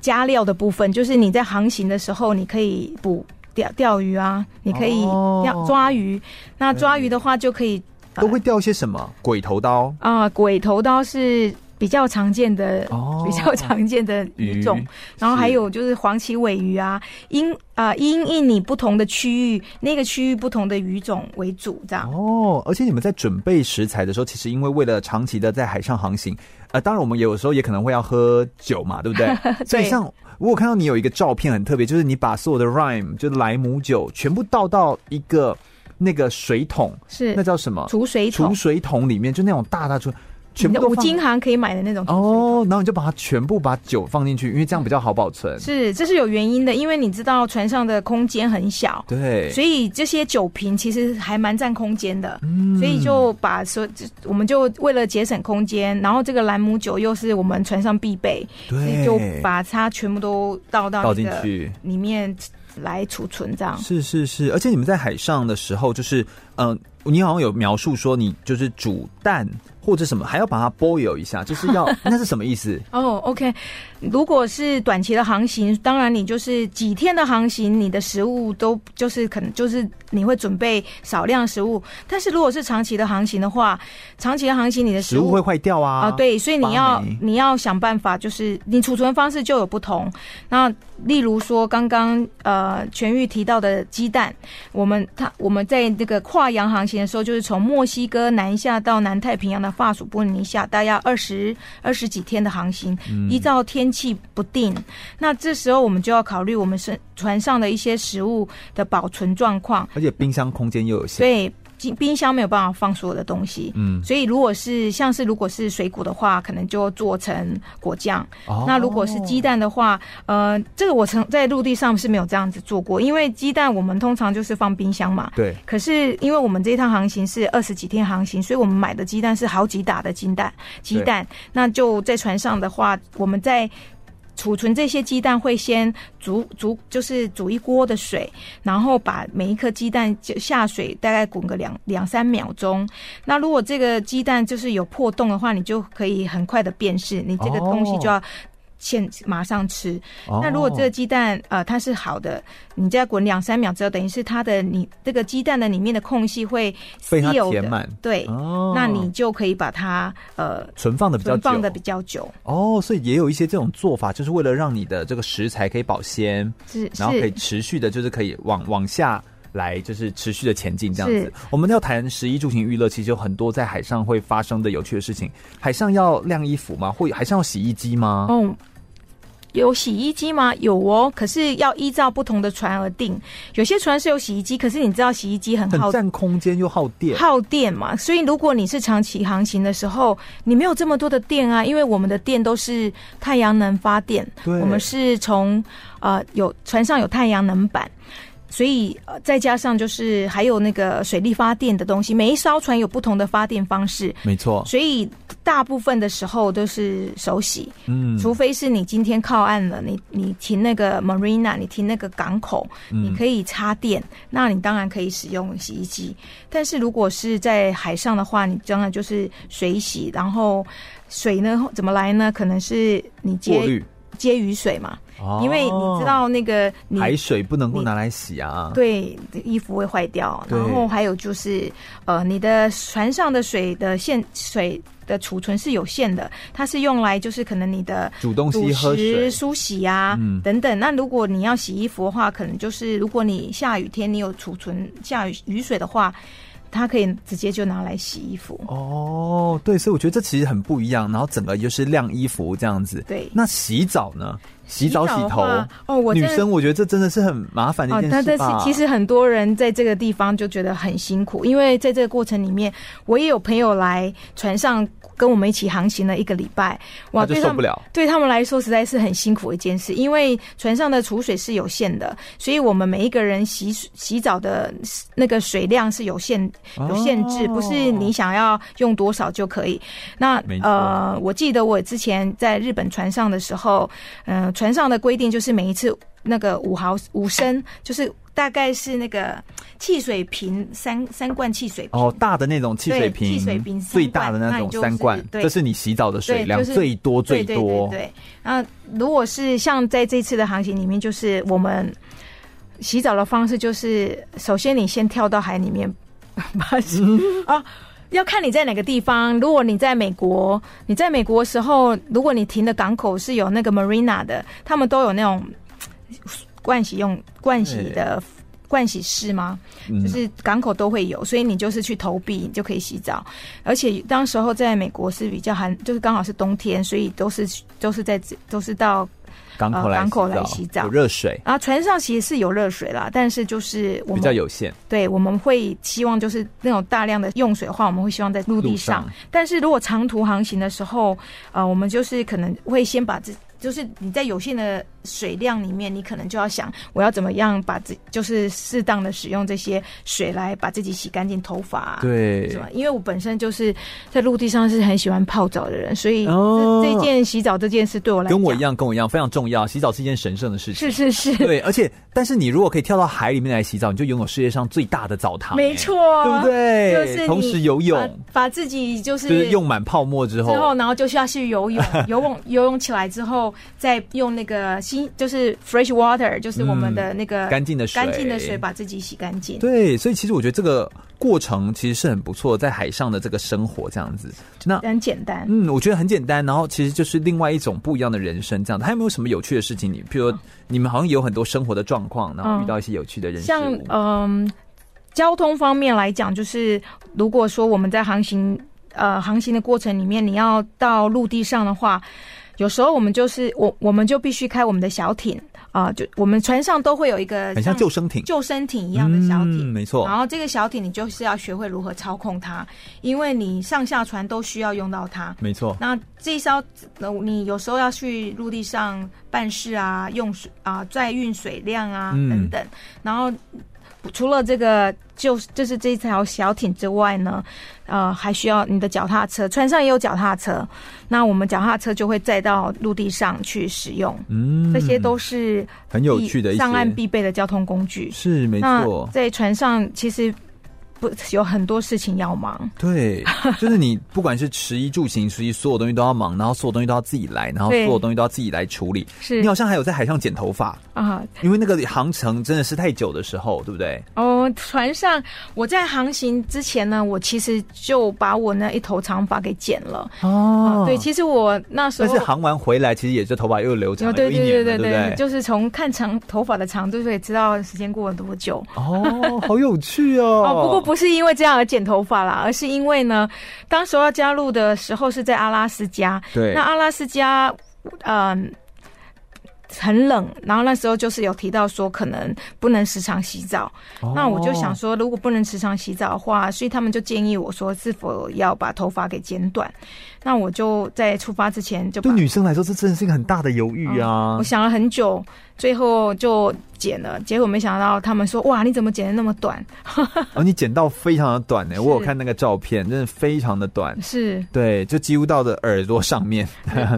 S3: 加料的部分，就是你在航行的时候，你可以捕钓钓鱼啊，你可以
S2: 哦
S3: 钓、抓鱼。那抓鱼的话，就可以
S2: 都会掉些什么？鬼头刀
S3: 啊、鬼头刀是比较常见的
S2: 哦
S3: 比较常见的鱼种，然后还有就是黄鳍尾鱼啊，因啊因应你不同的区域，那个区域不同的鱼种为主，这样。
S2: 哦，而且你们在准备食材的时候，其实因为为了长期的在海上航行，呃，当然我们有时候也可能会要喝酒嘛，
S3: [LAUGHS]
S2: 对不对？所以像我有看到你有一个照片很特别，就是你把所有的 rhyme 就是莱姆酒全部倒到一个那个水桶，
S3: 是
S2: 那叫什么？
S3: 储水桶
S2: 储，水桶里面，就那种大大出，全部
S3: 你的
S2: 都
S3: 五
S2: 放
S3: 金行可以买的那种储水桶。
S2: 哦，然后你就把它全部把酒放进去，因为这样比较好保存。
S3: 是，这是有原因的，因为你知道船上的空间很小，
S2: 对，
S3: 所以这些酒瓶其实还蛮占空间的，
S2: 嗯
S3: 所以就把所就我们就为了节省空间，然后这个兰姆酒又是我们船上必备，所以
S2: 对，
S3: 就把它全部都倒到
S2: 倒
S3: 那
S2: 进
S3: 个
S2: 去。
S3: 里面来储存，这样
S2: 是是是，而且你们在海上的时候，就是嗯、呃你好像有描述说，你就是煮蛋或者什么，还要把它 boil 一下，就是
S3: [LAUGHS]
S2: 要那是什么意思？
S3: 哦、o k 如果是短期的航行，当然你就是几天的航行，你的食物都就是可能就是你会准备少量食物。但是如果是长期的航行的话，长期的航行你的
S2: 食物会坏掉啊？
S3: 啊，对，所以你
S2: 发
S3: 要
S2: 霉
S3: 你要想办法，就是你储存方式就有不同。那例如说刚刚呃全玉提到的鸡蛋，我们它我们在这个跨洋航行的时候，就是从墨西哥南下到南太平洋的法属波利尼亚，大概二十二十几天的航行，依照天气不定，那这时候我们就要考虑我们是船上的一些食物的保存状况，
S2: 而且冰箱空间又有限，
S3: 对，冰冰箱没有办法放所有的东西，
S2: 嗯，
S3: 所以如果是像是如果是水果的话，可能就做成果酱。
S2: 哦
S3: 那如果是鸡蛋的话，呃，这个我曾在陆地上是没有这样子做过，因为鸡蛋我们通常就是放冰箱嘛。
S2: 对，
S3: 可是因为我们这一趟航行是二十几天航行，所以我们买的鸡蛋是好几打的金蛋鸡蛋。那就在船上的话，我们在储存这些鸡蛋会先煮煮，就是煮一锅的水，然后把每一颗鸡蛋就下水，大概滚个两两三秒钟。那如果这个鸡蛋就是有破洞的话，你就可以很快的辨识，你这个东西就要现马上吃。
S2: 哦
S3: 那如果这个鸡蛋呃它是好的，你再滚两三秒之后，等于是它的你这个鸡蛋的里面的空隙会
S2: 被它
S3: seal
S2: 填
S3: 的
S2: 满
S3: 对，
S2: 哦
S3: 那你就可以把它呃
S2: 存放的比较
S3: 存
S2: 久，
S3: 放的比较久，
S2: 哦，所以也有一些这种做法，就是为了让你的这个食材可以保鲜，
S3: 是
S2: 然后可以
S3: 是
S2: 持续的，就是可以往往下来，就是持续的前进这样子
S3: 是。
S2: 我们要谈十一住行娱乐，其实有很多在海上会发生的有趣的事情。海上要晾衣服吗？会海上要洗衣机吗？
S3: 哦。有洗衣机吗？有哦，可是要依照不同的船而定。有些船是有洗衣机，可是你知道洗衣机很
S2: 很
S3: 耗
S2: 占空间又耗电。
S3: 耗电嘛，所以如果你是长期航行的时候，你没有这么多的电啊，因为我们的电都是太阳能发电，
S2: 对
S3: 我们是从呃有船上有太阳能板。所以、呃，再加上就是还有那个水力发电的东西，每一艘船有不同的发电方式，
S2: 没错，
S3: 所以大部分的时候都是手洗，
S2: 嗯，
S3: 除非是你今天靠岸了，你你停那个 marina，你停那个港口，
S2: 嗯
S3: 你可以插电，那你当然可以使用洗衣机。但是如果是在海上的话，你当然就是水洗，然后水呢怎么来呢？可能是你
S2: 过
S3: 接
S2: 滤，
S3: 接雨水嘛，
S2: 哦
S3: 因为你知道那个你
S2: 海水不能够
S3: 你
S2: 拿来洗啊。
S3: 对，衣服会坏掉。
S2: 对
S3: 然后还有就是，呃，你的船上的水的限水的储存是有限的，它是用来就是可能你的
S2: 煮东西
S3: 主
S2: 喝水
S3: 食、梳洗啊、
S2: 嗯
S3: 等等。那如果你要洗衣服的话，可能就是如果你下雨天你有储存下雨雨水的话，它可以直接就拿来洗衣服。
S2: 哦，对，所以我觉得这其实很不一样。然后整个就是晾衣服这样子。
S3: 对
S2: 那洗澡呢？洗澡、洗
S3: 的
S2: 头，
S3: 话哦，我
S2: 女
S3: 真的
S2: 生，我觉得这真的是很麻烦的一
S3: 哦，但
S2: 件事
S3: 但
S2: 吧。
S3: 是其实很多人在这个地方就觉得很辛苦，因为在这个过程里面，我也有朋友来船上跟我们一起航行了一个礼拜，
S2: 他
S3: 哇，
S2: 就
S3: 对他
S2: 受不
S3: 们
S2: 了。
S3: 对他们来说实在是很辛苦的一件事，因为船上的储水是有限的，所以我们每一个人洗洗澡的那个水量是有限有限制，
S2: 哦
S3: 不是你想要用多少就可以。那
S2: 没错
S3: 呃，我记得我之前在日本船上的时候，嗯、船上的规定就是每一次那个五毫五升，就是大概是那个汽水瓶三三罐汽水瓶。
S2: 哦，大的那种汽水瓶，
S3: 对汽水瓶
S2: 最大的
S3: 三罐
S2: 那
S3: 那
S2: 种
S3: 你就是
S2: 三罐，
S3: 对
S2: 这是你洗澡的水
S3: 对
S2: 量
S3: 就是
S2: 最多最
S3: 对对
S2: 多。
S3: 对对，那如果是像在这次的航行里面，就是我们洗澡的方式，就是首先你先跳到海里面，把 [LAUGHS] 洗
S2: 嗯
S3: 啊。要看你在哪个地方。如果你在美国，你在美国的时候，如果你停的港口是有那个 marina 的，他们都有那种盥洗用盥洗的盥洗室吗？
S2: 嗯
S3: 就是呃港口都会有，所以你就是去投币，你就可以洗澡。而且当时候在美国是比较寒，就是刚好是冬天，所以都是都是在都是到
S2: 港口
S3: 呃
S2: 来
S3: 港口来
S2: 洗
S3: 洗澡
S2: 有热水
S3: 啊，船上其实是有热水啦，但是就是我
S2: 比较
S3: 们
S2: 有限，
S3: 对我们会希望就是那种大量的用水的话，我们会希望在陆地
S2: 路
S3: 上
S2: 上。
S3: 但是如果长途航行的时候，呃，我们就是可能会先把自就是你在有限的水量里面，你可能就要想我要怎么样把自就是适当的使用这些水来把自己洗干净头发、啊
S2: 对
S3: 是吧？因为我本身就是在陆地上是很喜欢泡澡的人，所以这、
S2: 哦
S3: 这件洗澡这件事对我来讲
S2: 跟我一，样，跟我一样非常重要。洗澡是一件神圣的事情。
S3: 是是是，
S2: 对，而且，但是你如果可以跳到海里面来洗澡，你就拥有世界上最大的澡堂、
S3: [LAUGHS] 没
S2: 哎，
S3: 错，
S2: 对不对？
S3: 就是你
S2: 同时游泳，
S3: 把，把自己就是
S2: 欸就是用满泡沫之后，
S3: 之后，然后就下去
S2: [LAUGHS]
S3: 游泳，游泳游泳起来之后，再用那个新就是 fresh water，就是我们的那个
S2: 干净的水，
S3: 干净的水把自己洗干净。
S2: 对，所以其实我觉得这个过程其实是很不错，在海上的这个生活这样子。那
S3: 很简单，
S2: 嗯，我觉得很简单，然后其实就是另外一种不一样的人生这样子。还有没有什么有趣的事情？你譬
S3: 哦
S2: 如说你们好像有很多生活的状况，然后遇到一些有趣的人事
S3: 像
S2: 物。
S3: 嗯、交通方面来讲，就是如果说我们在航行呃航行的过程里面，你要到陆地上的话，有时候我们就是我我们就必须开我们的小艇啊、就我们船上都会有一个
S2: 很像救生艇
S3: 救生艇一样的小艇。
S2: 嗯、没错
S3: 然。后这个小艇你就是要学会如何操控它，因为你上下船都需要用到它。
S2: 没错，
S3: 那这一艘，呃你有时候要去陆地上办事啊，用水啊，载运水量啊、
S2: 嗯
S3: 等等。然后除了这个就就是这条小艇之外呢，呃，还需要你的脚踏车，船上也有脚踏车。那我们脚踏车就会载到陆地上去使用，
S2: 嗯，
S3: 这些都是
S2: 很有趣的一些
S3: 上岸必备的交通工具。
S2: 是没
S3: 那
S2: 错，
S3: 在船上其实不有很多事情要忙，
S2: 对，就是你不管是食衣住行，其实所有东西都要忙，然后所有东西都要自己来，然后所
S3: 对
S2: 有东西都要自己来处理。
S3: 是
S2: 你好像还有在海上剪头发，
S3: 啊。
S2: 因为那个航程真的是太久的时候，对不对？
S3: 哦，船上我在航行之前呢，我其实就把我那一头长发给剪了。
S2: 哦
S3: 啊对，其实我那时
S2: 但
S3: 候
S2: 是。航完回来，其实也就头发又留长
S3: 哦
S2: 了，
S3: 对
S2: 有一年了
S3: 对对
S2: 啊对不对？
S3: 就是从看长头发的长度就可以知道时间过了多久。
S2: 哦，好有趣 [LAUGHS] 哦。
S3: 哦，不过不是因为这样而剪头发啦，而是因为呢，当时候要加入的时候是在阿拉斯加，
S2: 对
S3: 那，阿拉斯加，嗯、很冷，然后那时候就是有提到说可能不能时常洗澡，
S2: 哦
S3: 那我就想，说，如果不能时常洗澡的话，所以他们就建议我说，是否要把头发给剪短？那我就在出发之前就把嗯
S2: 对女生来说，这真的是一个很大的犹豫啊
S3: 我。想了很久，最后就剪了。结果没想到他们说：“哇，你怎么剪的那么短
S2: 哦，你剪到非常的短呢，
S3: 是
S2: 我有看那个照片，真的非常的短？”， [LAUGHS]
S3: 是，
S2: 对，就几乎到的耳朵上面。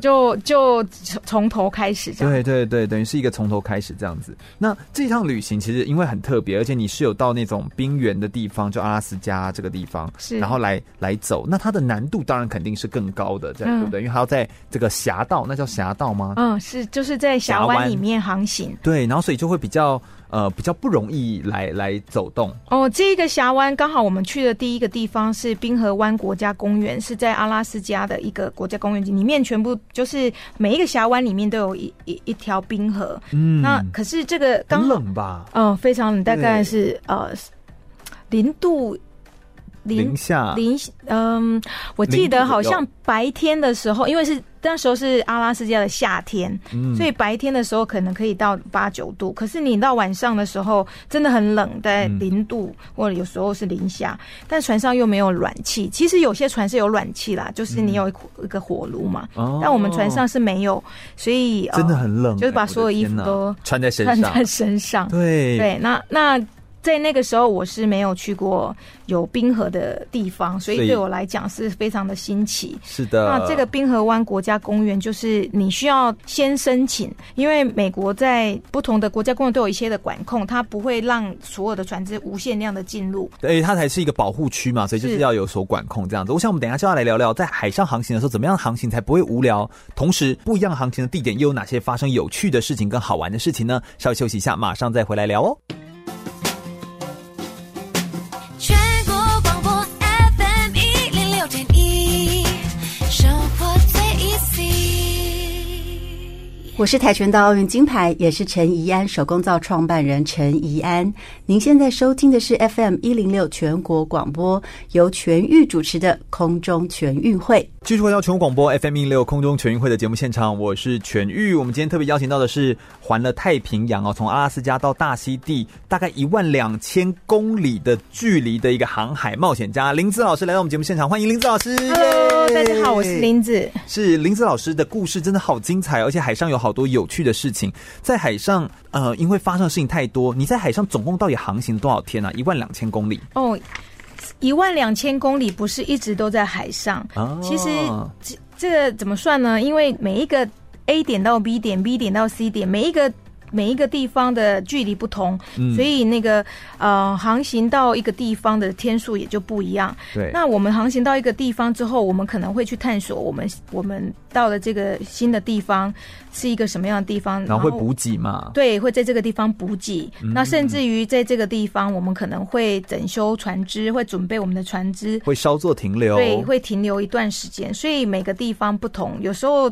S3: 就就从从头开始这样。
S2: 对对对，等 [LAUGHS] 于是啊一个从头开始这样子。那这趟旅行其实因为很特别，而且你是有到那种冰原的地方，就阿拉斯加这个地方，
S3: 是
S2: 然后来来走，那它的难度当然肯定是更高的，这样、
S3: 嗯
S2: 对不对？因为还要在这个峡道，那叫峡道吗？
S3: 嗯，是，就是在峡
S2: 峡
S3: 湾
S2: 湾
S3: 里面航行。
S2: 对，然后所以就会比较呃比较不容易来来走动，
S3: 哦，这个峡湾刚好我们去的第一个地方是冰河湾国家公园，是在阿拉斯加的一个国家公园，里面全部就是每一个峡湾里面都有一一一条冰河。
S2: 嗯，
S3: 那可是这个刚
S2: 很
S3: 好，
S2: 冷吧？
S3: 嗯、非常冷，大概
S2: 对
S3: 是呃零度
S2: 零下
S3: 零嗯，我记
S2: 啊零
S3: 得
S2: 度
S3: 好
S2: 左右
S3: 像白天的时候，因为是那时候是阿拉斯加的夏天，
S2: 嗯
S3: 所以白天的时候可能可以到八九度，可是你到晚上的时候真的很冷，在
S2: 嗯
S3: 零度、或者有时候是零下，但船上又没有暖气。其实有些船是有暖气啦，就是你有一个一个火炉嘛，
S2: 嗯哦
S3: 但我们船上是没有，所以、呃
S2: 真的很冷欸、
S3: 就是把
S2: 我的
S3: 所有衣
S2: 天
S3: 服
S2: 哪
S3: 都
S2: 穿在身
S3: 穿
S2: 上
S3: 在，身上。
S2: 对
S3: 对，那那在那个时候我是没有去过有冰河的地方，所以
S2: 所
S3: 呃
S2: 以
S3: 对我来讲是非常的新奇。
S2: 是的。
S3: 那这个冰河湾国家公园就是你需要先申请，因为美国在不同的国家公园都有一些的管控，它不会让所有的船只无限量的进入。
S2: 对，它才是一个保护区嘛，所以就是
S3: 是
S2: 要有所管控这样子。我想我们等一下就要来聊聊，在海上航行的时候，怎么样航行才不会无聊？同时，不一样航行的地点又有哪些发生有趣的事情跟好玩的事情呢？稍微休息一下，马上再回来聊哦。
S4: 全国广播 FM 一零六点一，生活最 easy。
S8: 我是跆拳道奥运金牌，也是陈怡安手工皂创办人陈怡安。您现在收听的是 FM 一零六全国广播，由全域主持的空中全运会。
S2: 继续回到全国广播 FM 一六空中全运会的节目现场，我是全玉。我们今天特别邀请到的是环了太平洋哦，从阿拉斯加到大溪地，大概一万两千公里的距离的一个航海冒险家林子老师来到我们节目现场，欢迎林子老师。
S3: Hello，大家好，我是。林子。
S2: 是林子老师的故事真的好精彩，而且海上有好多有趣的事情。在海上，呃，因为发生的事情太多，你在海上总共到底航行多少天啊？一万两千公里
S3: 哦，一万两千公里不是一直都在海上，
S2: 啊！
S3: 其实这这个怎么算呢？因为每一个 A 点到 B 点，B 点到 C 点，每一个每一个地方的距离不同，
S2: 嗯
S3: 所以那个呃，航行到一个地方的天数也就不一样。
S2: 对，
S3: 那我们航行到一个地方之后，我们可能会去探索我们我们到了这个新的地方是一个什么样的地方，
S2: 然后会补嗯给嘛？
S3: 对，会在这个地方补给。那甚至于在这个地方，我们可能会整修船只，会准备我们的船只，
S2: 会稍作停留，
S3: 对，会停留一段时间。所以每个地方不同，有时候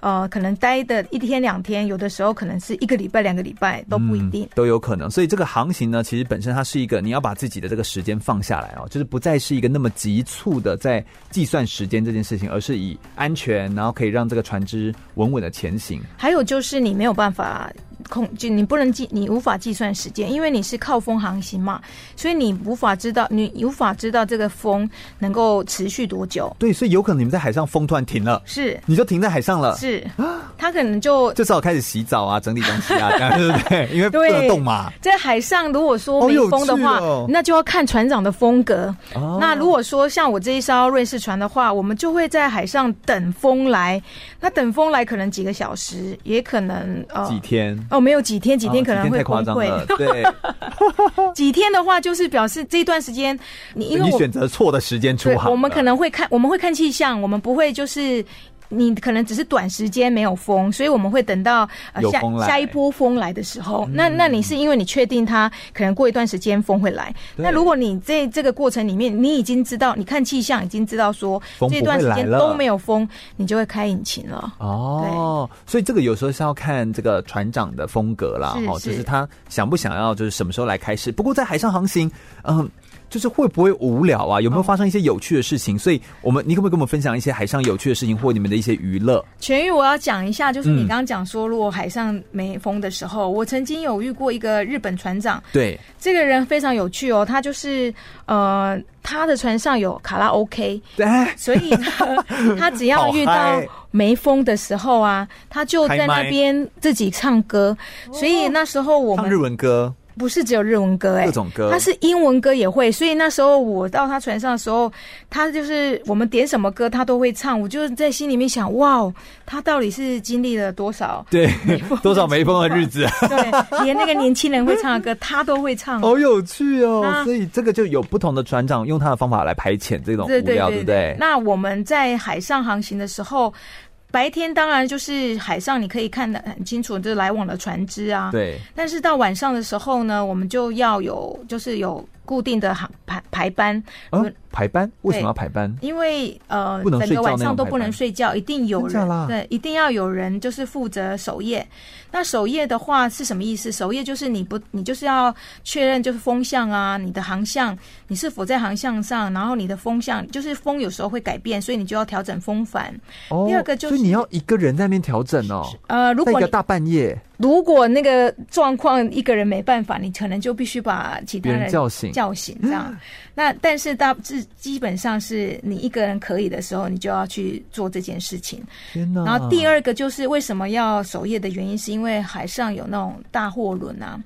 S3: 呃，可能待的一天两天，有的时候可能是一个礼拜、两个礼拜都不一定。
S2: 都有可能。所以这个航行呢，其实本身它是一个你要把自己的这个时间放下来哦，就是不再是一个那么急促的在计算时间这件事情，而是以安全，然后可以让这个船只稳稳的前行。
S3: 还有就是你没有办法控就你不能计，你无法计算时间，因为你是靠风航行嘛，所以你无法知道，你无法知道这个风能够持续多久。
S2: 对，所以有可能你们在海上风突然停了，
S3: 是
S2: 你就停在海上了。
S3: 是，它可能就
S2: 就只好开始洗澡啊，整理东西
S3: [LAUGHS]
S2: 啊，这样对不对？因为不能
S3: 对
S2: 动嘛。
S3: 在海上，如果说没风的
S2: 好
S3: 话，
S2: 有趣哦
S3: 那就要看船长的风格。
S2: 哦
S3: 那如果说像我这一艘瑞士船的话，我们就会在海上等风来。那等风来可能几个小时，也可能呃
S2: 几天，
S3: 哦没有几天，几天
S2: 啊
S3: 可能
S2: 太
S3: 会崩
S2: 夸张
S3: 溃。
S2: 了。对，
S3: [LAUGHS] 几天的话，就是表示这段时间你因为
S2: 你
S3: 我
S2: 选择错的时间出
S3: 对，
S2: 航了，
S3: 我们可能会看，我们会看气象，我们不会就是。你可能只是短时间没有风，所以我们会等到、呃
S2: 有
S3: 下
S2: 风来嗯
S3: 下一波风来的时候。那那你是因为你确定它可能过一段时间风会来。
S2: 对
S3: 那如果你在这个过程里面，你已经知道，你看气象已经知道说
S2: 风不会
S3: 这段时
S2: 来
S3: 间
S2: 了
S3: 都没有风，你就会开引擎了。
S2: 哦，所以这个有时候是要看这个船长的风格啦，
S3: 是
S2: 哈，
S3: 是
S2: 就是他想不想要，就是什么时候来开始。不过在海上航行，嗯，就是会不会无聊啊？有没有发生一些有趣的事情？所以我们，你可不可以跟我们分享一些海上有趣的事情，或你们的一些娱乐？
S3: 全玉，我要讲一下，就是你
S2: 嗯
S3: 刚刚讲说，如果海上没风的时候，我曾经有遇过一个日本船长，
S2: 对，
S3: 这个人非常有趣哦，他就是呃，他的船上有卡拉 OK，
S2: 哎，
S3: 所以
S2: [LAUGHS]
S3: 呢，他只要遇
S2: 好
S3: 到
S2: 嗨
S3: 没风的时候啊，他就在那边自己唱歌。所以那时候我
S2: 唱日
S3: 们
S2: 文歌，
S3: 不是只有日文歌哎、
S2: 各种歌？
S3: 他，是英文歌也会，所以那时候我到他船上的时候，他就是我们点什么歌他都会唱，我就在心里面想，哇哦，他到底是经历了多少
S2: 对
S3: 风，
S2: 多少没风的日子，啊
S3: 对，连那个年轻人会唱的歌他都会
S2: [LAUGHS]
S3: 唱。
S2: 好有趣哦。[LAUGHS]
S3: 那
S2: 所以这个就有不同的船长用他的方法来排遣这种无聊，对不对？
S3: 那我们在海上航行的时候，白天当然就是海上你可以看得很清楚，就是来往的船只啊。。
S2: 对，
S3: 但是到晚上的时候呢，我们就要有就是有固定的航排排班，
S2: 啊
S3: 轮，
S2: 排班为什么要排班？
S3: 因为呃
S2: 不能
S3: 整
S2: 睡觉
S3: 个晚
S2: 那种
S3: 上都
S2: 排
S3: 不能
S2: 班
S3: 睡觉，一定有
S2: 真假啦
S3: 人对，一定要有人就是负责守夜。那守夜的话是什么意思？守夜就是你不你就是要确认就是风向啊，你的航向，你是否在航向上，然后你的风向就是风有时候会改变，所以你就要调整风帆。
S2: 哦
S3: 第二个就是
S2: 所以你要一个人在那边调整哦，
S3: 呃，如
S2: 在一
S3: 果
S2: 个
S3: 你
S2: 大半夜。
S3: 如果那个状况一个人没办法，你可能就必须把其他
S2: 别人
S3: 人
S2: 叫醒
S3: 叫醒这
S2: 嗯
S3: 样。那但是大致基本上是你一个人可以的时候，你就要去做这件事情。
S2: 天哪！
S3: 然后第二个就是为什么要守夜的原因，是因为海上有那种大货轮啊。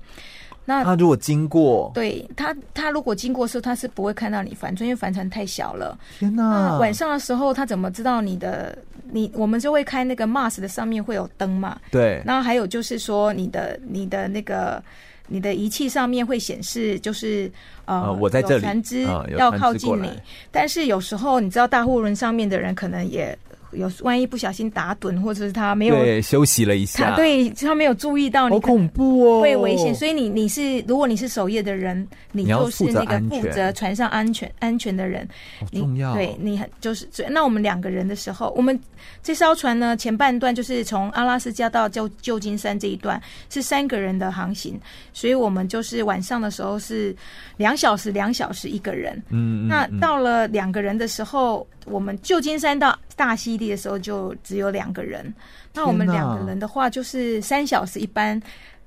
S3: 那
S2: 他如果经过，
S3: 对他，他如果经过的时候，他是不会看到你帆船，因为帆船太小了。
S2: 天
S3: 那
S2: 哪！
S3: 晚上的时候，他怎么知道你的？你我们就会开那个 MAST 的上面会有灯嘛，
S2: 对，
S3: 然后还有就是说你的你的那个。你的仪器上面会显示，就是呃
S2: 呃我在这里
S3: 有船只
S2: 呃有
S3: 要
S2: 船只
S3: 靠
S2: 过
S3: 近你
S2: 来，
S3: 但是有时候你知道大货轮上面的人可能也有万一不小心打盹，或者是他没有
S2: 对，休息了一
S3: 他
S2: 下，，
S3: 对他没有注意到你，
S2: 好
S3: 可能
S2: 恐怖哦，
S3: 会危险，所以你你是如果你是守夜的人，你
S2: 你要
S3: 就是
S2: 负责
S3: 那个
S2: 安
S3: 负
S2: 全
S3: 责船上安全安全的人，
S2: 好
S3: 你
S2: 重要，
S3: 对，你很就是所以那我们两个人的时候，我们这艘船呢前半段就是从阿拉斯加到旧旧金山这一段是三个人的航行，所以我们就是晚上的时候是两小时两小时一个人，
S2: 嗯，嗯，
S3: 那
S2: 嗯
S3: 到了两个人的时候，我们旧金山到大溪地的时候就只有两个人。那我们
S2: 天哪
S3: 两个人的话，就是三小时一班，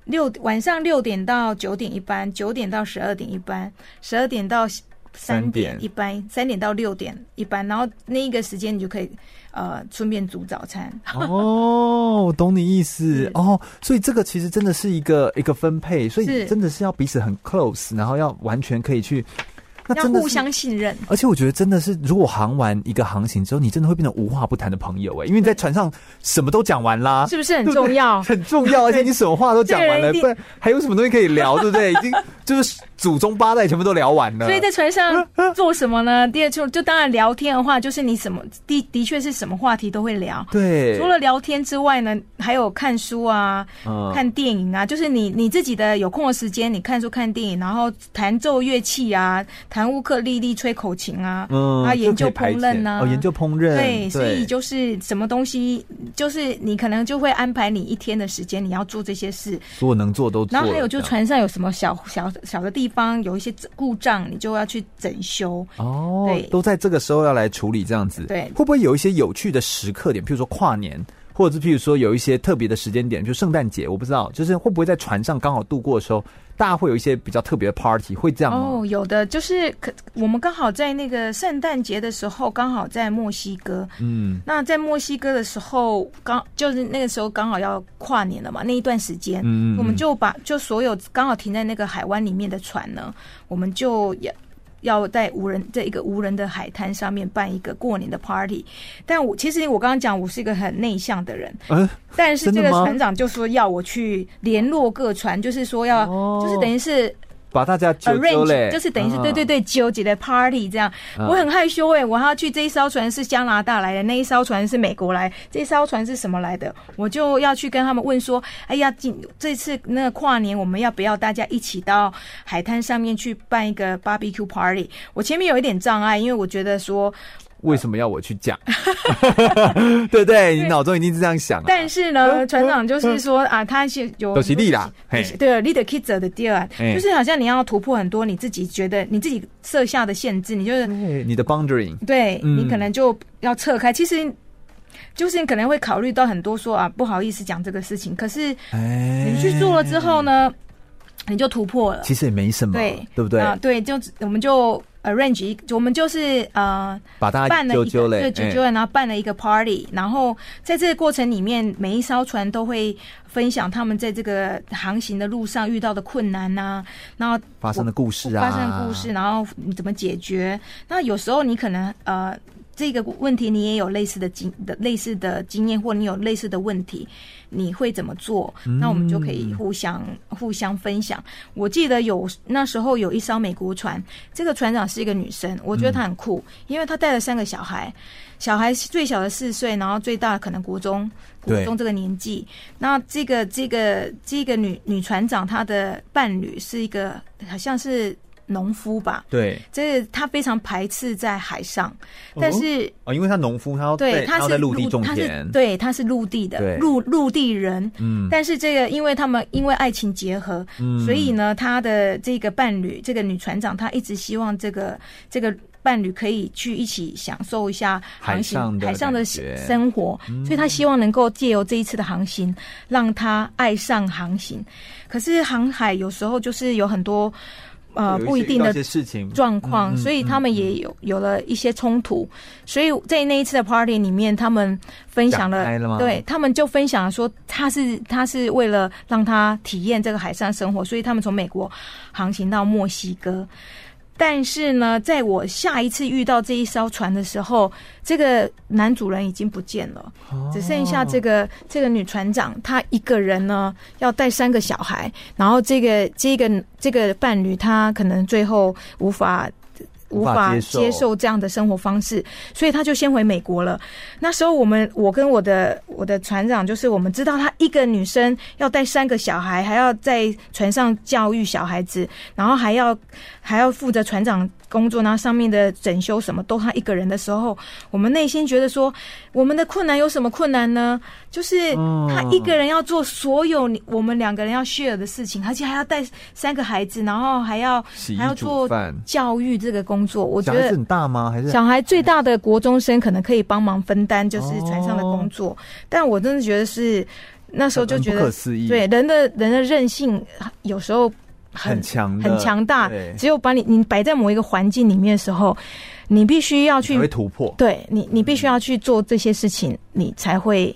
S3: 六晚上六点到九点一班，九点到十二点一班，十二点到三点
S2: 点
S3: 一班，三点到六点一班。然后那一个时间你就可以呃顺便煮早餐。
S2: 啊哦，我懂你意思
S3: 是
S2: 哦，所以这个其实真的是一个一个分配，所以
S3: 嗯是
S2: 真的是要彼此很 close，然后要完全可以去，那
S3: 要
S2: 真的
S3: 互
S2: 是啊
S3: 相信任，
S2: 而且我觉得真的是，如果航完一个航行之后，你真的会变成无话不谈的朋友哎、因为你在船上什么都讲完啦，
S3: 是不是很重要？
S2: 很重要，而且你什么话都讲完了，
S3: 哦对
S2: 不然还有什么东西可以聊，对不
S3: [LAUGHS]
S2: 对？已经就是祖宗八代全部都聊完了，
S3: 所以在船上
S2: 嗯
S3: 做什么呢？第二就就当然聊天的话，就是你什么的的确是什么话题都会聊。
S2: 对，
S3: 除了聊天之外呢，还有看书啊、
S2: 嗯
S3: 看电影啊，就是你你自己的有空的时间，你看书、看电影，然后弹奏乐器啊，弹乌克丽丽、吹口琴啊，
S2: 嗯，
S3: 啊，研究
S2: 就可以
S3: 烹
S2: 排
S3: 饪
S2: 遣
S3: 啊，
S2: 哦，研究烹饪，
S3: 对，所以就是什么东西，就是你可能就会安排你一天的时间，你要做这些事，
S2: 所有能做都做了，
S3: 然后还有就
S2: 这样
S3: 船上有什么小小小的地方有一些故障，你就要去整修。
S2: 哦
S3: 对，
S2: 都在这个时候要来处理这样子，
S3: 对
S2: 会不会有一些有趣的时刻点，譬如说跨年，或者是譬如说有一些特别的时间点，就圣诞节，我不知道，就是会不会在船上刚好度过的时候，大家会有一些比较特别的 party，会这样吗？
S3: 哦，有的就是可我们刚好在那个圣诞节的时候，刚好在墨西哥。
S2: 嗯，
S3: 那在墨西哥的时候，刚就是那个时候刚好要跨年了嘛，那一段时间，
S2: 嗯嗯嗯
S3: 我们就把就所有刚好停在那个海湾里面的船呢，我们就要要在无人在一个无人的海滩上面办一个过年的 party。但我其实我刚刚讲，我是一个很内向的人，
S2: 嗯，
S3: 但是
S2: 真的
S3: 这个
S2: 吗
S3: 船长就说要我去联络各船，就是说要、
S2: 哦
S3: 就是等于是
S2: 把大家揪揪
S3: arrange，
S2: 嘞，
S3: 呃就是等于是
S2: 嗯
S3: 对对，对纠结的 party 这样。
S2: 嗯
S3: 我很害羞哎、我还要去这一艘船是加拿大来的，那一艘船是美国来，这一艘船是什么来的？我就要去跟他们问说，哎呀，今这次那个跨年我们要不要大家一起到海滩上面去办一个 barbecue party？我前面有一点障碍，因为我觉得说，
S2: 为什么要我去讲？
S3: 啊
S2: [LAUGHS] 对不对？你脑中一定是这样想啊，
S3: 但是呢，船长就是说啊，他是有
S2: 都是你啦，嘿，
S3: 对，leader kids 的第二案
S2: 哎，
S3: 就是好像你要突破很多你自己觉得你自己设下的限制，你就是
S2: 对你的 boundary，
S3: 对
S2: 嗯
S3: 你可能就要撤开。其实，就是你可能会考虑到很多说啊，不好意思讲这个事情，可是
S2: 哎，
S3: 你去做了之后呢，你就突破了。
S2: 其实也没什么，
S3: 对
S2: 哎对不对？
S3: 啊，对，就我们就 arrange，一我们就是呃
S2: 把大家
S3: 办了一
S2: 揪
S3: 个
S2: 揪嘞，
S3: 对九
S2: 哎
S3: 九人，然后办了一个 party，然后在这个过程里面，每一艘船都会分享他们在这个航行的路上遇到的困难呐、然后
S2: 发生的故事啊，
S3: 发生的故事，然后你怎么解决？那有时候你可能呃，这个问题你也有类似的经的类似的经验，或你有类似的问题，你会怎么做？那我们就可
S2: 嗯
S3: 以互相互相分享。我记得有那时候有一艘美国船，这个船长是一个女生，我觉得她很酷，因为她带了三个小孩，小孩最小的四岁，然后最大的可能国中国
S2: 对
S3: 中这个年纪。那这个这个这个女女船长她的伴侣是一个好像是农夫吧，
S2: 对，
S3: 这她非常排斥在海上，但是。
S2: 哦，因为他农夫，他要
S3: 对，
S2: 在
S3: 他
S2: 要
S3: 是
S2: 在陆地种
S3: 他是
S2: 田，，
S3: 对，他是陆地
S2: 对
S3: 的陆陆地人。
S2: 嗯，
S3: 但是这个，因为他们因为爱情结合，
S2: 嗯
S3: 所以呢，他的这个伴侣，这个女船长，她一直希望这个这个伴侣可以去一起享受一下航行
S2: 海上的
S3: 海上的
S2: 感觉嗯
S3: 生活，所以她希望能够借由这一次的航行，让她爱上航行。可是航海有时候就是有很多呃
S2: 有
S3: 不一
S2: 些
S3: 定
S2: 遇到
S3: 的
S2: 一些事情，
S3: 状况，
S2: 嗯嗯
S3: 所以他们也有有了一些冲突。所以在那一次的 party 里面，他们分享
S2: 讲开
S3: 了，
S2: 了吗
S3: 对他们就分享了说，他是他是为了让他体验这个海上生活，所以他们从美国航行到墨西哥。但是呢，在我下一次遇到这一艘船的时候，这个男主人已经不见了，只剩下这
S2: 哦
S3: 个这个女船长，她一个人呢要带三个小孩，然后这个这个这个伴侣，他可能最后无法。无
S2: 无法
S3: 法
S2: 接受
S3: 接受这样的生活方式，所以他就先回美国了。那时候我们，我跟我的我的船长，就是我们知道她一个女生要带三个小孩，还要在船上教育小孩子，然后还要还要负责船长工作，然后上面的整修什么都她一个人的时候，我们内心觉得说，我们的困难有什么困难呢？就是
S2: 哦
S3: 她一个人要做所有你我们两个人要 share 的事情，而且还要带三个孩子，然后还要
S2: 洗衣
S3: 还要
S2: 煮
S3: 做
S2: 饭，
S3: 教育这个工作，我觉
S2: 小孩
S3: 得
S2: 子很大吗？还是
S3: 小孩最大的国中生可能可以帮忙分担，就是
S2: 哦
S3: 船上的工作。但我真的觉得是那时候就觉
S2: 很不可
S3: 得，
S2: 思议，
S3: 对，人的人的韧性有时候
S2: 很强的，
S3: 很强大
S2: 对，
S3: 只有把你你摆在某一个环境里面的时候，你必须要
S2: 才会
S3: 去，
S2: 突破。
S3: 对你你必须要去做这些事情，你才会。